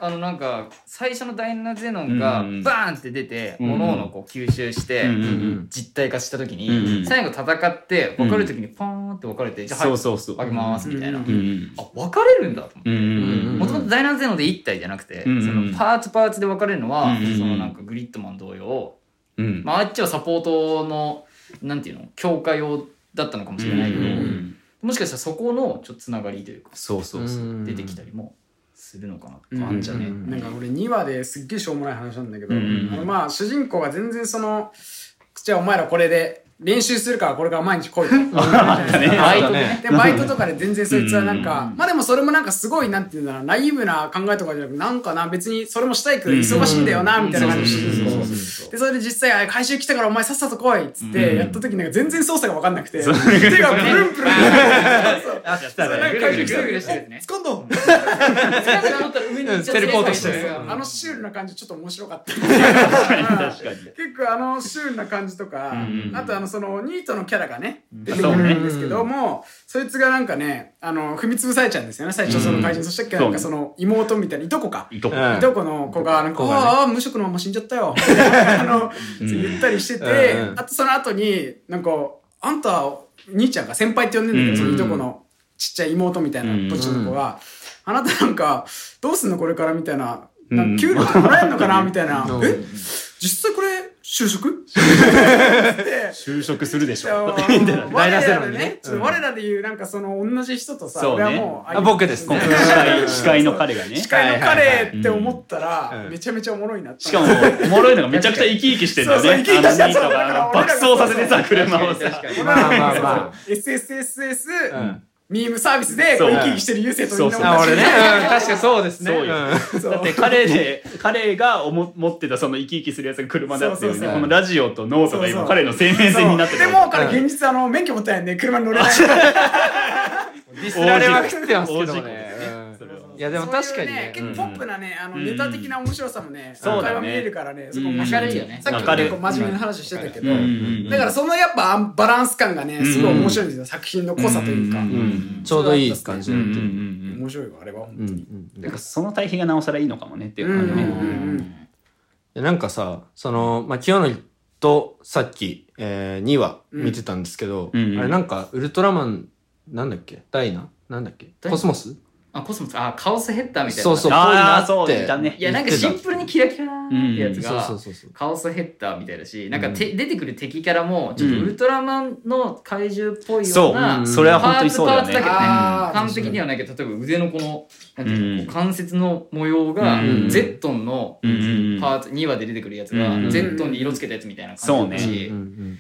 D: あのなんか最初のダイナゼノン
C: う
D: がバ
C: んうん
D: ーンって出て
C: うん
D: 各々こう吸収して
C: うんうん
D: 実体化した時
C: うんうん
D: に最後戦って別れる時にポーンって別れてじゃあ
C: そ
D: はいう
C: そうそう
D: 分けますみたいな
B: う
D: あ
B: ん
C: うんうん
D: 別れるんだと思って
C: うんうん
D: もともとダイナゼノで1体じゃなくて、
C: うんうん
D: そのパーツパーツで分かれるの
C: う
D: は、
C: んうんうん
D: そのなんかグリッドマン同様、
C: うんうん
D: まあ、あっちはサポートのなんていうの強化用だったのかもしれないけど、
C: うんうんん
D: もしかしたらそこのちょっとつながりというか
C: そうそうそう
D: 出てきたりもするのかなって、
B: うん
C: あんじゃね
A: うん
B: なんか俺2話ですっげえしょうもない話なんだけど、
C: うんうんうん
B: あのまあ主人公が全然そのじゃあお前らこれで練習するからこれから毎日来い [LAUGHS] と。
C: あったね
D: バイト
A: そうだね
D: でね
B: でバイトとかで全然そいつはなんか、
D: うん
B: まあでもそれもなんかすごいなんていうんだろうナイーブな考えとかじゃなくなんかな別にそれもしたいけど忙しいんだよな、
D: うん
B: みたいな感じで
A: うん
B: こう
A: そうそう
B: でそれで実際あ回収来たからお前さっさと来いっつっ
C: う
B: て
C: ん
B: やった時なんか全然操作が分かんなくて、
C: そう
B: 手がプルンプルンそう
D: あやっ
B: そ
D: た
B: うなんか
D: ねぐるぐるぐるぐるしてるやつね
B: つかんだ
D: 疲れたと思ったら上に行っちゃって
A: テレポートして
D: る
B: あのシュールな感じちょっと面白かった。
C: 確かに [LAUGHS] 確かに。
B: 結構あのシュールな感じとか、
C: うんうん
B: あとあのそのニートのキャラがね、出てく
C: そうね
B: るんですけども、そいつがなんかね、あの、踏み潰されちゃうんですよね、最初その怪人。そしたっけなんかそ
C: そ
B: の妹みたいな、いとこか。
C: いとこ。
A: うん
B: いとこの子が、なんか、
A: 子がね
B: ああ、無職のまま死んじゃったよ。みたいなあの、言ったりして
A: う
B: て
A: んう、ん
B: あとその後に、なんか、あんた、兄ちゃんが先輩って呼んでんだけど、そのいとこのちっちゃい妹みたいなポジションの子が、あなたなんか、どうすんのこれからみたいな、なんか給料もらえんのか
A: [LAUGHS]
B: なみたいな。
A: うん
B: え実際これ就職
C: 就職するでしょ。
A: [LAUGHS]
B: 我
A: 大
B: ら
A: 脱
B: で
A: 落
B: ね
A: ね、
B: ちょっと我らで言うなんかその同じ人とさ、
C: そう
B: 俺
C: ね
B: はもう
A: あ僕です
C: 今
A: ね
C: 回司会、司会の彼が
B: [LAUGHS]
C: ね。
B: 司会の
A: はいはい
B: 彼
A: は
B: って思った
A: う
B: ら
A: ん
B: めちゃめちゃおもろいなって
C: しかも、おもろいのがめちゃくちゃ生き生きしてんだよね。
B: そうそう生き生きして
C: あのニートが
B: そう
C: 爆走させてさ、車を
D: 確
C: さ
D: か。に
B: 俺
A: まあ
B: ら
A: まあ
B: [LAUGHS] そう
A: まあ
B: そう SSSS、
A: うん
B: ミームサービスでこう
C: そう
B: 生き生きしてる優勢とみんな同じ
A: あ俺ね、うん確かにそうですね。
C: そうよ
A: ん
B: そう
C: だって彼で、彼が思持ってたその生き生きするやつが車だった
B: そう
C: よ
A: そう
C: ね。
A: そう
C: このラジオとノート
B: そう
C: が
B: そ
C: 今
B: う
C: 彼の生命線になって
B: そう
C: る
B: でも彼現実あの免許持ってないんで車に乗れない
A: ディスられまくってますけど
C: 大
A: ね
C: 事故ですね。それは
A: うんいやでも確かにね。
B: そういう結構ポップなね、あの
C: うん
B: ネタ的な面白さもね、
C: そうだね
B: 会話見えるからね、そこ
C: うん
B: 面
D: 明
B: 白
D: る
B: い
D: い
B: よ
D: よ
B: ね
D: ね。
B: さっき
C: 明るい
B: 結構真面目な話してたけど
C: うんう、ん
B: だからそのやっぱあんバランス感がね、すごい面白いんですよ、作品の濃さというか
C: う。ん
A: うんちょうどいい感じ
C: うん
A: に
C: う
A: なっ
C: んうん
A: て
C: う
A: る。
C: ん。
B: 面白いわ、あれは。
A: うんうん
C: なんかその対比がなおさらいいのかもねってい
B: う
C: う感
B: ん
C: じ
B: うんう
C: ね。
B: ん
A: でなんかさその、まあ、清則とさっき、え2話見てたんですけど、
C: うんうん
A: あれなんかウルトラマンなんだっけダイナなんだっけ
D: ダイナ
A: コスモス
D: あコスモスあカオスヘッダーみたいな
A: そうそう
C: あー
A: こい
C: そういたね
D: いやなんかシンプルにキラキラーってや
A: そ
D: つ
A: うそ
D: が
A: うそうそう
D: カオスヘッダーみたいだしなんかて出てくる敵キャラもちょっとウルトラマンの怪獣っぽいよ
C: そう
D: な
C: う、それは本当にそうだよ
D: パーツパーツだけどね
C: ね。
B: あー
D: 完璧ではないけど例えば腕のこのなんていうの
C: うん
D: こう関節の模様が
C: うん
D: ゼットンの
C: うんうんうん
D: パーツ2話で出てくるやつが
C: うん
D: ゼットンで色つけたやつみたいな感じだし
C: そう
A: うんうん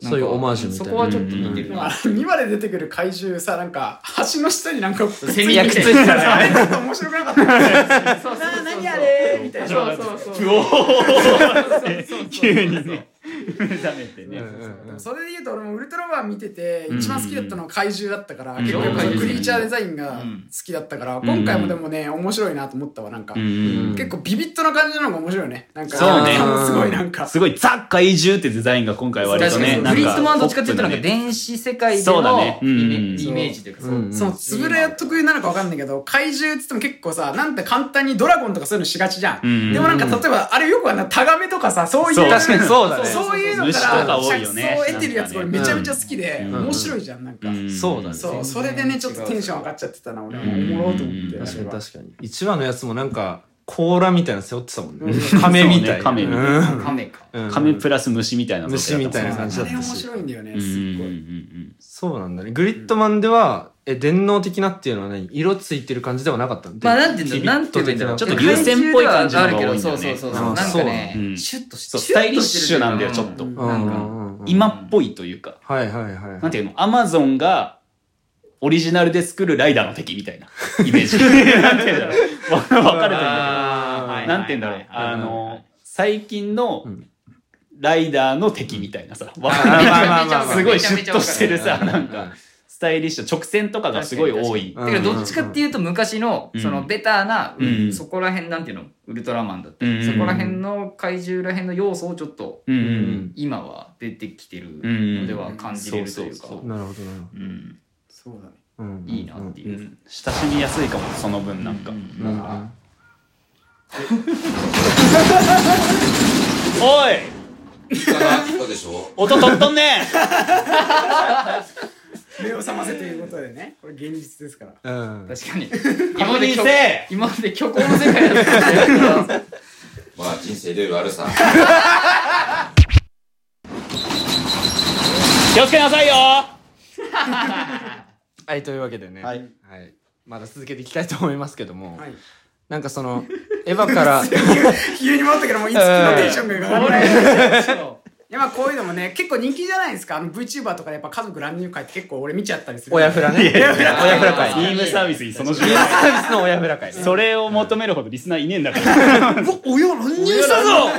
D: なんか
A: そういうオマージュみたいな
D: そこはちょっと似てる
B: まあ
D: な
B: 2話で出てくる怪獣さ、なんか、橋の下になんか、
D: セ
B: [LAUGHS]
D: ミ
C: [LAUGHS]
D: みた
A: いや
D: い
A: 靴
D: な
B: あれちょっと面白くなかった。な
D: そうそうそうそう
B: あ、何あれみたいな。
D: そうそうそう
C: [LAUGHS] うお [LAUGHS]
D: ー
C: 急にね、 [LAUGHS] 目覚めてね。
A: うんうん
B: それで言うと俺もウルトラマン見てて
C: うん
B: 一番好きだったのは怪獣だったから、
C: うん
B: 結構
D: 怪獣
B: クリーチャーデザインが好きだったから、今回もでもね面白いなと思ったわなんか、
C: うん
B: 結構ビビッとな感じなのが面白いよねなんか
C: そうね
B: あの [LAUGHS] すごいなんか
C: すごいザ・怪獣ってデザインが今回割
D: 確
C: と
D: かに
C: ね、
D: そう
C: なんか。
D: グリットマンどっちかっていうとなんか
C: ポップ
D: 電子世界で
C: そうだ
D: のイ
C: ねうん
D: メイメージというかそう
A: うん
B: そのつぶれ得意なのか分かんないけど怪獣っつっても結構さなんて簡単にドラゴンとかそういうのしがちじゃん、
C: うん
B: でもなんか例えばあれよくはなタガメとかさそういう
C: そう
A: 確かにそうだね
B: そういうの
C: 虫と
B: から
C: か多い
B: 着
C: よね
B: 想を得てるやつこれめちゃめちゃ好きで、
C: うん
B: 面白いじゃんなんか、
C: ん
A: そうだね
B: そう、
D: 全然
B: それでね、ちょっとテンション上がっちゃってたな、俺は。おもろうと思って。
C: うん
A: 確かに
B: あれは
A: 確かに1話のやつもなんか甲羅みたいなの背負ってたもんね
B: う
A: 亀みたいな
C: そうね亀みたい
D: カメか
A: うん
C: 亀プラス虫みたいな
A: 虫みたいな感じだっ
B: あれ面
A: たし
B: 白いんだよね、
C: うんう
B: す
C: ん
B: っ
C: う
B: ご
C: んう
B: い。
C: ん
A: そうなんだねグリットマンではえ電脳的なっていうのは何色ついてる感じではなかったの
D: まあなんていうんだろうなんて言えばいいんだろう
A: ちょっ
C: と流線っぽい感じのが多いんだよね
D: そうそうそうそう
A: あ
D: なんかね
C: そうなんだ
D: シュッとし
C: そうスタイリッシュなんだよ
D: シュッ
C: ちょっ
A: う
D: となん
A: んう
D: か
A: んうん
C: 今っぽいというか
A: はいはいはい
C: なんていうのアマゾンがオリジナルで作るライダーの敵みたいなイメージ
D: [LAUGHS]
C: なんていうんだろうわ分かれてるんだ
D: あーは
C: け
D: い
C: どなんていうんだろうあの最近の
A: うん
C: ライダーの敵みたいなさわ
A: あ
C: かん
A: ー
C: ない
A: まあまあまあまあ
C: すごいシュッとしてるさ
D: め
C: なんかスタイリッシュ直線とかがすごい多
A: う
C: い
A: ん
D: だからどっちかっていうと昔の
C: うん
D: そのベターな
C: うん
D: そこら辺なんていうのウルトラマンだった
C: うん
D: りそこら辺の怪獣ら辺の要素をちょっと
C: うんうんう
A: うんん
D: 今は出てきてる
C: ん
D: のでは感じれるというか
C: そうそう
A: なるほどなるほ
D: うん
B: そうだね。
A: どうん
D: いいなって
C: う
D: いうん
C: 親しみやすいかもその分なんか
A: うんうんうん
C: おい
E: ったでしょ
C: 音取っとん
D: [LAUGHS]
C: ね
B: 目を覚ませということでね、これ現実ですか
A: う
B: ら。
A: ん
D: 確かに
C: 確認せえ
D: 今まで虚構の世界だったんだよ
E: まあ人生いろいろあるさ。
C: 気をつけなさいよ
A: はいというわけでね
C: は
A: はいいまだ続けていきたいと思いますけども
B: はい。
A: なんかそのエヴァ
D: [LAUGHS]
A: から
B: 急に戻ったけど、もういつきのテンションが上がらない。いやまあこういうのもね、結構人気じゃないですか。あの VTuber とかでやっぱ家族乱入会って結構俺見ちゃったりする。
A: 親フラね親フ
D: や
A: ラ
D: いやい
A: 会
D: や
C: ビームサービスにその
A: ビームサービスの親フラ会
C: それを求めるほどリスナーいねえんだから
B: およ、乱入したぞ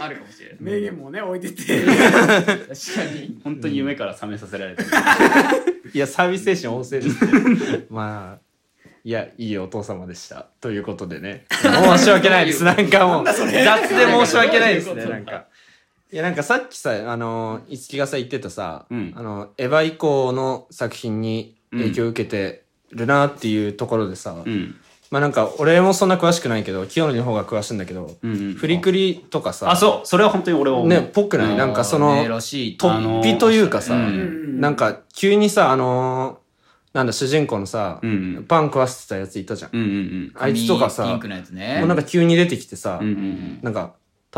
D: あるかもしれない
B: 名言もね、置いてて。
D: 確かに
C: 本当に夢から覚めさせられてる [LAUGHS]
A: いやサービス精神旺盛ですねまあいや、いいお父様でした。ということでね。申し訳ない
C: [LAUGHS]
A: です。なんかもう、雑で申し訳ないですね。なんか。いや、なんかさっきさ、あの、いつきがさ言ってたさ、
C: うん
A: あの、エヴァ以降の作品に影響を受けてるなっていうところでさ、
C: うん。
A: まあなんか、俺もそんな詳しくないけど、清野の方が詳しいんだけど、
C: うんうん
A: フリクリとかさ、
C: あ、そう。それは本当に俺は思う
A: ね、ぽくないなんかその、
D: ねらしいと。
A: 突飛というかさ、
C: あの
B: う
C: ー
B: ん
A: なんか急にさあのーなんだ主人公のさ、
C: うんうん
A: パン食わせてたやついたじゃん、
C: うんうん
A: あいつとかさ
D: ピン
A: も
D: クのやつね。
A: うなんか急に出てきてさ、
C: うん。うんうん
A: なんか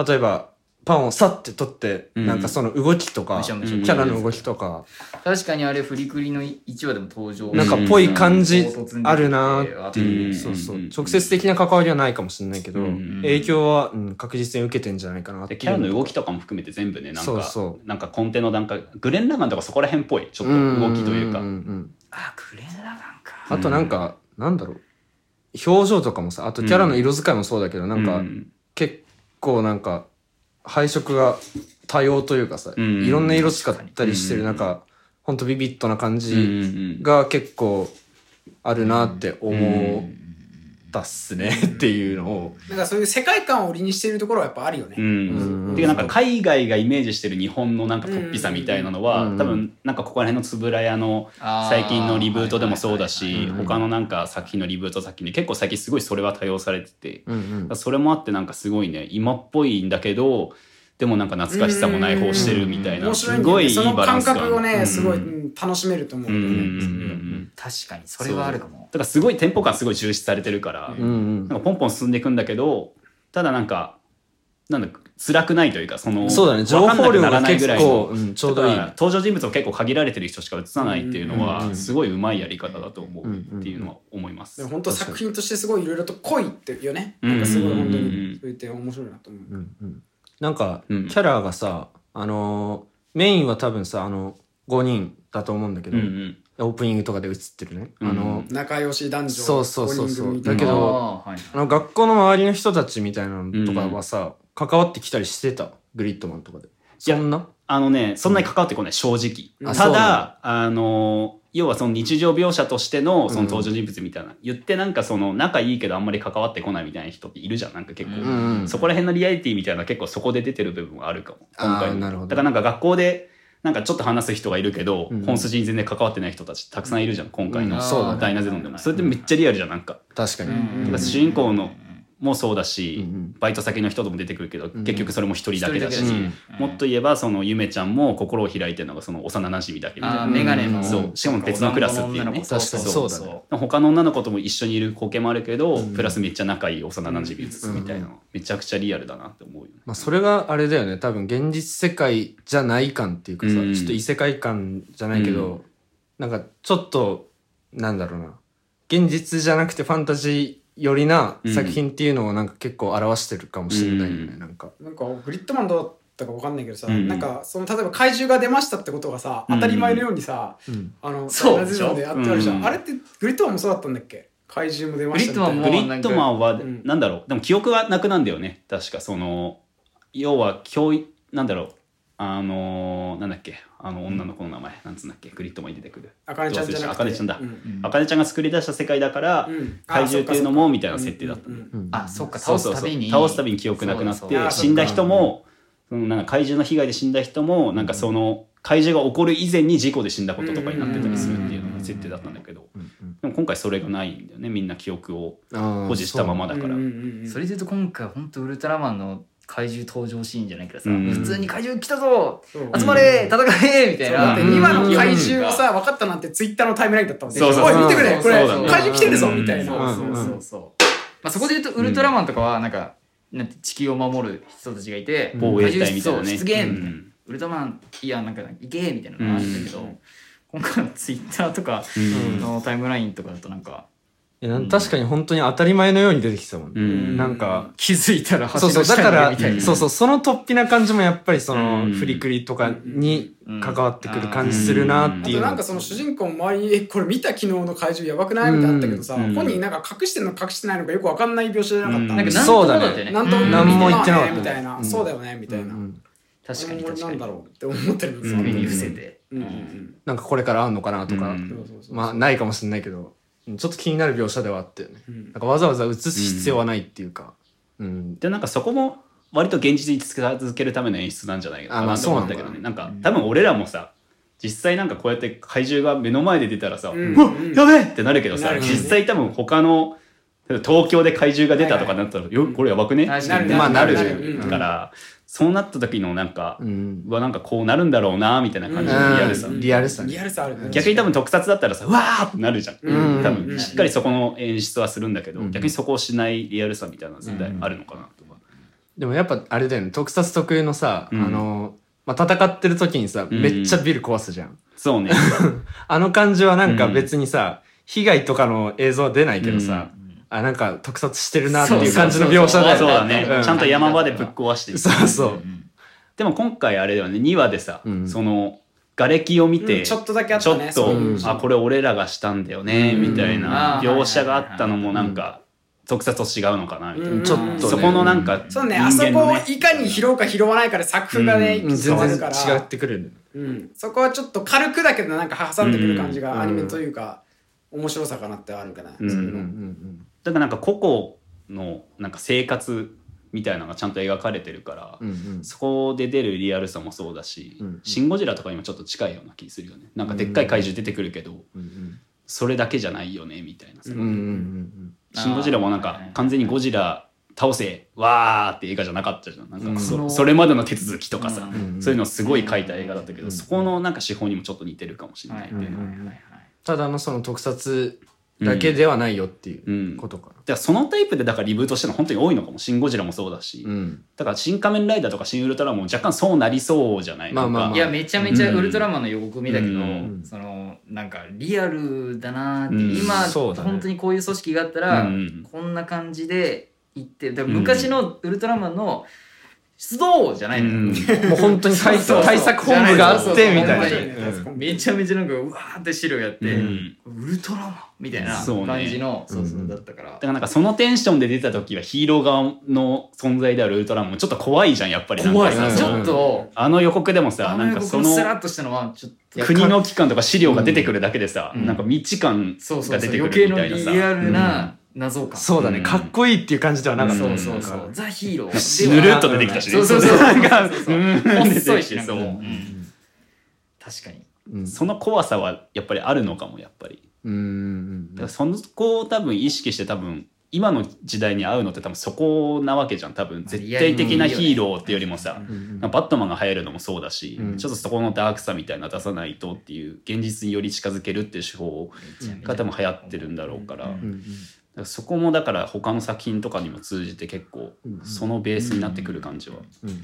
A: 例えばパンをさって取って、
C: うん
A: なんかその動きとか、
D: むしゃむ
A: キ
D: し
C: ゃ
A: ャラの動きとか、
D: 確かにあれ、フリクリの1話でも登場
A: なんか
C: っ
A: ぽい感じあるな
D: うん
A: ーっていう、
C: うん
A: そうそう
C: うん
A: 直接的な関わりはないかもしれないけど、
C: うん
A: 影響は、うん、確実に受けてんじゃないかなって
C: で
A: いう
C: キャラの動きとかも含めて全部ねなんか
A: そうそ
C: なんか根底の段階グレン・ラガンとかそこら辺っぽいちょっと動きというか
A: んんん
D: あ、クレナガンか。
A: あとなんか、なんだろう表情とかもさあとキャラの色使いもそうだけど、なんか、
C: う
A: 結構なんか配色が多様というかさ、
C: うん
A: いろんな色使ったりしてる中、ほんとビビッドな感
C: うんう
A: じ
C: ん
A: が結構あるなって思ったっすねっていうのを、
B: なんかそういう世界観を売りにしているところはやっぱあるよね。
C: うんっていうなんか海外がイメージしてる日本のなんかポッピさみたいなのは、
A: うん
C: 多分なんかここら辺の円谷の
D: あー
C: 最近のリブートでもそうだ
D: はい
C: し
D: はいはい
C: 他のなんか作品のリブート作品で結構最近すごいそれは多用されてて、
A: うんうん
C: それもあってなんかすごいね今っぽいんだけどでもなんか懐かしさもない方してるみたいな、
B: 面白い
C: す
B: んだよ
C: ご
B: ね。
C: いいい
B: その
C: バラ
B: 感
C: ンス感
B: 覚をね、すごい、
C: う
B: うんん、楽しめると思う
C: うんん
B: だ
C: う
B: よ
C: ん
B: ね。
C: うんうん
D: 確かに、それはあるかも。
C: だからすごいテンポ感すごい重視されてるから、
A: うんうん
C: なんかポンポン進んでいくんだけどただなんかなんだ辛くないというかその
A: そうだね情報量が結構、
C: わかんなくならないぐらいの
A: うんちょうどいい
C: だから登場人物も結構限られてる人しか映さないっていうの
A: うんうんう
C: は
A: ん
C: すごいうまいやり方だと思ううん
A: うんうん
C: っていうのは思いま
B: ですも。本当
A: 確かに
B: 作品としてすごいいろいろと濃いってよね。
C: うん
B: なんかすごい本当
C: うんうん
B: に
C: うん
B: そういう点面白いなと思う。
A: うんうんなんか、
C: うん
A: キャラがさあのーメインは多分さあの5人だと思うんだけ
C: う
A: ど、
C: んうん
A: オープニングとかで映ってるね、あの
B: 仲良し男女
A: そうそうそうそう
B: 五人組みたいな
A: だけど
D: あーはい
A: あの学校の周りの人たちみたいなのとかはさ、関わってきたりしてたグリッドマンとかでそんな
C: あのねそんなに関わってこない
A: あ
C: 正直。
A: そ
C: た
A: うな
C: だあの要はその日常描写としてのその登場人物みたいな、言ってなんかその仲いいけどあんまり関わってこないみたいな人っているじゃんなんか結構、
A: うんうん
C: そこら辺のリアリティみたいなのは結構そこで出てる部分はあるかも今
A: あ
C: 回
A: ー
C: も
A: なるほど
C: だからなんか学校でなんかちょっと話す人がいるけど、
A: うん
C: 本筋に全然関わってない人たちたくさんいるじゃん今回の、
A: うん
D: そうだね
C: ダイナゼノンでもそれってめっちゃリアルじゃんなんか
A: 確かに、
D: うん
C: だから主人公のもそうだし、
A: うんうん
C: バイト先の人とも出てくるけど、結局それも一人だけだし、
D: 一人
A: け
D: だ
A: だし
C: もっと言えばそのゆめちゃんも心を開いてるのがその幼馴染だけみたい
D: あ
C: な
D: ー、メガネの。
C: そうしかも別のクラスっていうね
D: 確かに
A: そうだね
C: 他の女の子とも一緒にいる光景もあるけど、プラスめっちゃ仲いい幼馴染み映すみたいなの、めちゃくちゃリアルだなって思うよね。
A: まあ、それがあれだよね多分現実世界じゃない感っていうかさ、
C: うん
A: ちょっと異世界感じゃないけど、なんかちょっとなんだろうな現実じゃなくてファンタジーよりな作品っていうのをなんか結構表してるかもしれないよね、
C: うん
A: なんか。
B: なんかグリッドマンどうだったかわかんないけどさ、
C: うん
B: なんかその例えば怪獣が出ましたってことがさ
C: うん
B: 当たり前のようにさ、
A: うん
B: あの
D: そう
B: ラジオでやってあるじゃん、
C: うん
B: あれってグリッドマンもそうだったんだっけ怪獣も出ましたみたいな
D: グ
C: グ
D: リ
C: リ
D: ッ
C: ッ
D: ド
C: ド
D: マ
C: マンは
B: うん
C: なんだろうでも記憶がなくなんだよね確かその要は教育なんだろうあのーなんだっけあの女の子の名前なんつうんだっけグリッドマンに出てくる
B: あかねちゃんじゃなくて
C: あかねちゃんだ、
B: うん
C: あかねちゃんが作り出した世界だから、
B: うん
C: 怪獣っていうのもみたい
B: あ
C: な
B: そっかそっか
C: 設定だったんだよね
B: うんうん
D: あ、そっか、倒すたびに。
C: そうそうそう倒すたびに記憶なくなっ
D: そうだそうだ
C: て死んだ人もそのなんか怪獣の被害で死んだ人もなんかその怪獣が起こる以前に事故で死んだこととかになってたりするっていうのが設定だったんだけどでも今回それがないんだよねみんな記憶を
A: 保
C: 保持したままだから
B: うんうんうん
D: それで言うと今回本当ウルトラマンの怪獣登場シーンじゃないけどさ、
C: うん
D: 普通に怪獣来たぞ
B: そう
D: 集まれ戦えみたい
B: そうだ
D: な
B: って
A: うん
B: 今の怪獣をさ分かったなんてツイッターのタイムラインだったもんね
C: そうそう
B: お
C: そ
B: い
C: う
B: 見てくれこれ
C: そうだね
B: 怪獣来てるぞみたいな、
D: そうそうそうそうまあそこで言うとウルトラマンとかはなんか、なんて地球を守る人たちがいて、
C: 防衛隊みたいなね
D: 怪獣出現みたい
C: う
D: な、
C: ん
D: ウルトラマンいやなんか行けみたいなのがあったけど、今回のツイッターとかのタイムラインとかだとなんか、
A: いやなん確かに本当に当たり前のように出てきてたもん、
C: う
A: ね
C: ん
A: なんか
D: 気づいたら
A: そう
D: 走
A: そう
D: る
A: だか
D: 下にいる
A: ら
D: みたいな
A: そうそうその突飛な感じもやっぱりそうの
C: ん
A: フリクリとかに関わってくる感じするなっ
B: あ
A: て
B: と
A: いう
B: なんかその主人公も周りに「えこれ見た昨日の怪獣やばくない?」みたいなのあったけどさ、
C: うん
B: 本人なんか隠してんのか隠してないのかよく分かんない描写じゃなかった、
C: うん
D: なんかなん
A: そう
D: と
A: だ
D: も
A: ね
D: だったよね
B: なんと
D: うん
A: 何も言ってなかったね
B: みたいな、
A: うん
B: そうだよねみたいな、
A: うんうん
D: 確かに
B: 俺
D: 確か
B: なん
D: に
B: だろうって思ってるんです
D: そ
B: よ、
D: れに伏せて、
B: うんうんうん
A: なんかこれからあんのかなとか、
C: うん
B: そうそうそう
A: まあないかもしれないけどうんちょっと気になる描写ではあったよね。
B: うん
A: なんかわざわざ映す必要はないっていうか。うん。
C: でなんかそこも割と現実に続けるための演出なんじゃないか
A: あま
C: な
A: あ
C: と思ったけどね
A: そう
C: なんか多分俺らもさ実際なんかこうやって怪獣が目の前で出たらさ「う
B: うん
C: わやべえ!」ってなるけど
B: な
C: さ
B: るよね
C: 実際多分他の東京で怪獣が出たとかなったら「よこれやばくね?」
D: 確
B: か
C: っ
B: に
C: て
A: まあなるよ
C: だからそうなった時のなんか
A: うん。
C: うわなんかこうなるんだろうなみたいな感じのリアルさ
A: うんリアルさね
B: リアルさあるね
C: 逆に多分特撮だったらさ「うわー!」ってなるじゃん
A: うん
C: 多
B: う
C: 分
B: ん
C: しっかりそこの演出はするんだけど
A: うん
C: 逆にそこをしないリアルさみたいなのは絶対あるのかなとか。
A: でもやっぱあれだよね特撮特有のさ、
C: うん
A: あの、まあ、戦ってる時にさ、
C: ん
A: めっちゃビル壊すじゃん
C: そうね。
A: あの感じはなんか
C: うん
A: 別にさ、被害とかの映像は出ないけどさ、あなんか特撮してるなっていう感じの描写だ
C: [LAUGHS] そう
A: よ
C: だ
A: ね
C: ね、
A: うん
C: ちゃんと山場でぶっ壊して
A: そうそう
C: でも今回あれだよね2話でさ、
A: うん
C: その瓦�レを見て、
B: うんち
C: ち
B: ょ
C: ょっ
B: っとだけあった
C: と、
B: ねそういう
C: あこれ俺らがしたんだよね、
A: うん
C: みたいな
D: あー
C: 描写があったのもなんか、特撮と違うのかなみたいな、
B: うん
A: ちょっとね、
C: そこのなんか
B: そうねあそ
C: 人間
B: こ
C: の
B: をいかに拾うか拾わないかで作風がね、
C: う
A: うん
B: 変
A: 全
B: わる
A: 然
B: から
A: 違ってくるよね
B: うん、そこはちょっと軽くだけどなんか挟んでくる感じ
A: うん
B: がアニメというか、面白さかなってあるかな、
C: うん
B: そう
A: う
B: い
A: ん
B: う
A: うんう
B: の
A: ん
C: だからなんか個々のなんか生活みたいなのがちゃんと描かれてるから、
A: うんうん
C: そこで出るリアルさもそうだし
A: う
C: 「
A: んうん
C: シン・ゴジラ」とかにもちょっと近いような気するよねなんかでっかい怪獣出てくるけど、
A: うん
C: それだけじゃないよねみたいなさ、
A: うんうんうん
C: シン・ゴジラもなん
D: あ
C: か
D: ー
C: 完全にゴジラ倒せわーって映画じゃなかったじゃんなんかそ,、
D: うん
C: それまでの手続きとかさ、
D: うん
A: うん
C: そういうのをすごい書いた映画だったけど、
A: うん
C: そこのなんか手法にもちょっと似てるかもしれない、
A: うんうんただのその特撮だけではないよっていうことか
C: だからそのタイプでだからリブートしてるの本当に多いのかも「シン・ゴジラ」もそうだし、
A: なうん
C: だから「新仮面ライダー」とか「シン・ウルトラマン」も若干そうなりそうじゃない
A: まあまあまあ
C: なん
D: い
C: か
D: やめちゃめちゃウルトラマンの予告見たけど、
C: うん
D: そのなんかリアルだなーって、
C: うん
D: 今、
A: そうだね
D: 本当にこういう組織があったら、
C: うん
D: こんな感じで行ってだから昔のウルトラマンの出動じゃないのよ、
C: うん
A: もう本当に対
D: そうそう
A: 策対策本部があってみたいな
B: そうそうそう
D: めちゃめちゃなんかうわーって資料やって、
C: うん
D: ウルトラマンみたいな
C: そうね
D: 感じのそう,、そう
A: うん
D: だったから
C: だからなんかそのテンションで出た時はヒーロー側の存在であるウルトラマンもちょっと怖いじゃんやっぱりなん
D: 怖
C: か
D: い
C: さ
D: な
A: うん
D: ち
C: その
D: ょっと
C: あの予告でもさ
D: あ
C: なん
D: の
C: か
D: 予
C: そ
D: 告
C: の
D: スラッとしたのはちょっと
C: 国の機関とか資料が出てくるだけでさ、
D: うん
C: なんか未知感
D: そうそ
C: が
D: うそ
C: 出
D: う
C: てくる
D: 余計
C: み
D: の
C: たいなさ
D: リアルな謎感、
A: そうだ
C: う
A: ね
C: ん
A: かっこいいっていう感じではなかった
D: そ
A: ね
D: うそうそ
A: なんか
D: うザ・ヒーロー
C: ぬるっと出てきたしね
D: そうそうそ
C: [LAUGHS]
D: う
C: なんか
D: うん細いしなんか
C: そう
D: もううん確かに
A: うん
C: その怖さはやっぱりあるのかもやっぱり
A: うんうん
C: だからそのこを多分意識して多分今の時代に合うのって多分そこなわけじゃん多分絶対的なヒーローっていうよりもさ
A: うんうん
C: バットマンが流行るのもそうだし、
A: うん
C: ちょっとそこのダークさみたいなの出さないとっていう現実により近づけるっていう手法が多分流行ってるんだろうから,、
A: うん
C: そこもだから他の作品とかにも通じて結構
A: うん
C: そのベースになってくる感じは
A: うんうん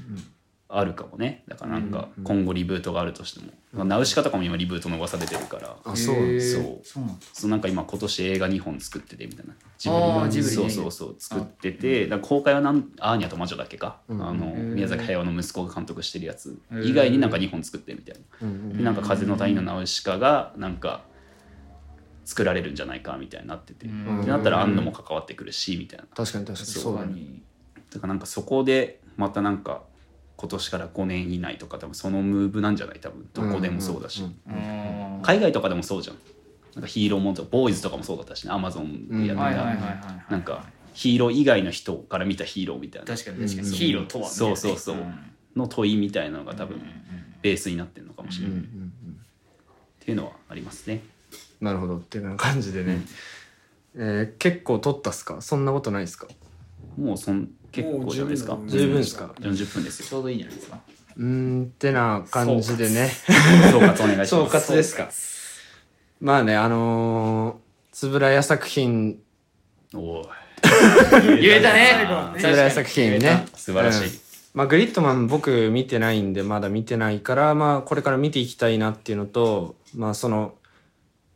C: あるかもねだからなんか今後リブートがあるとしても、ナウシカとかも今リブートの噂出てるから、
A: あそうなん
D: へ
A: だ
D: ー
C: そう
D: そうなんだ
C: そうなんか今今年映画2本作っててみたいな
D: あージブリ
C: そう
D: ね
C: そうそう作っててだから公開はなんアーニャと魔女だっけか、
A: うん
C: あの
D: ー
C: 宮崎駿の息子が監督してるやつ以外になんか2本作ってみたいな、
A: うんうん
C: でなんか風の谷のナウシカがなんか作られるんじゃないかみたいになってて、
D: うん
C: ってなったら安野も関わってくるしみたいな
A: 確かに確かにそう
D: 確
A: だ
D: か
A: ね
D: に
C: だからなんかそこでまたなんか今年から5年以内とか多分そのムーブなんじゃない多分どこでもそうだし、
A: うんうん
D: うん
C: 海外とかでもそうじゃんなんかヒーローもんとかボーイズとかもそうだったしねアマゾンでやって
D: はいはいはい
C: た
D: はい
C: なんかヒーロー以外の人から見たヒーローみたいな
D: 確かに確か
A: う
D: に
A: ん
D: ヒーローとはみたいなね
C: そうそうそうんの問いみたいなのが多分ベースになってるのかもしれ
A: うん
C: な
A: う
C: い、
A: ん
C: っ
A: うん
C: ていうのはありますね
A: なるほどっていうような感じでねえー結構撮ったっすかそんなことないっすか
C: もうそん結構じゃないですか
B: もう
A: 十分っすか
C: 40分です
D: ち
C: よ
D: ょうどいいんじゃないですか
A: うーんってな感じでね
C: 総括お願いします
A: 総括ですかまあねあのー円谷作品
C: おー
D: 言えたね
A: 円谷作品ね
C: 素晴らしい、
A: うんまあ、グリッドマン僕見てないんでまだ見てないから、まあ、これから見ていきたいなっていうのと、まあ、その、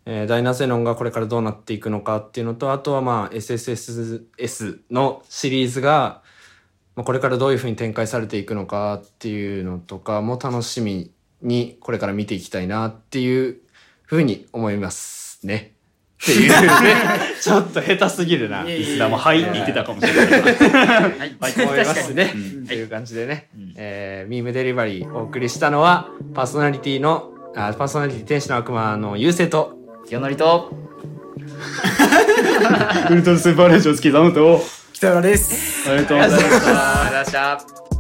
A: えーダイナゼノンがこれからどうなっていくのかっていうのとあとはまあ SSS のシリーズが、まあ、これからどういうふうに展開されていくのかっていうのとかも楽しみにこれから見ていきたいなっていうふうに思いますね。っていうねちょっと下手すぎるな。
B: いえ
C: リスナーも「はい」って言ってたかもしれないけど
D: はい
A: 思いま
D: 確か
A: す
D: に
A: ね。という感じでね、えー、ミームデリバリーお送りしたのは、パーソナリティの、あパーソナリティ天使の悪魔の優勢と、
D: 清則と
C: ウルトラスーパーレーション好きなのと、
B: 北浦です。
C: ありがとうございました。
D: ありがとうございました。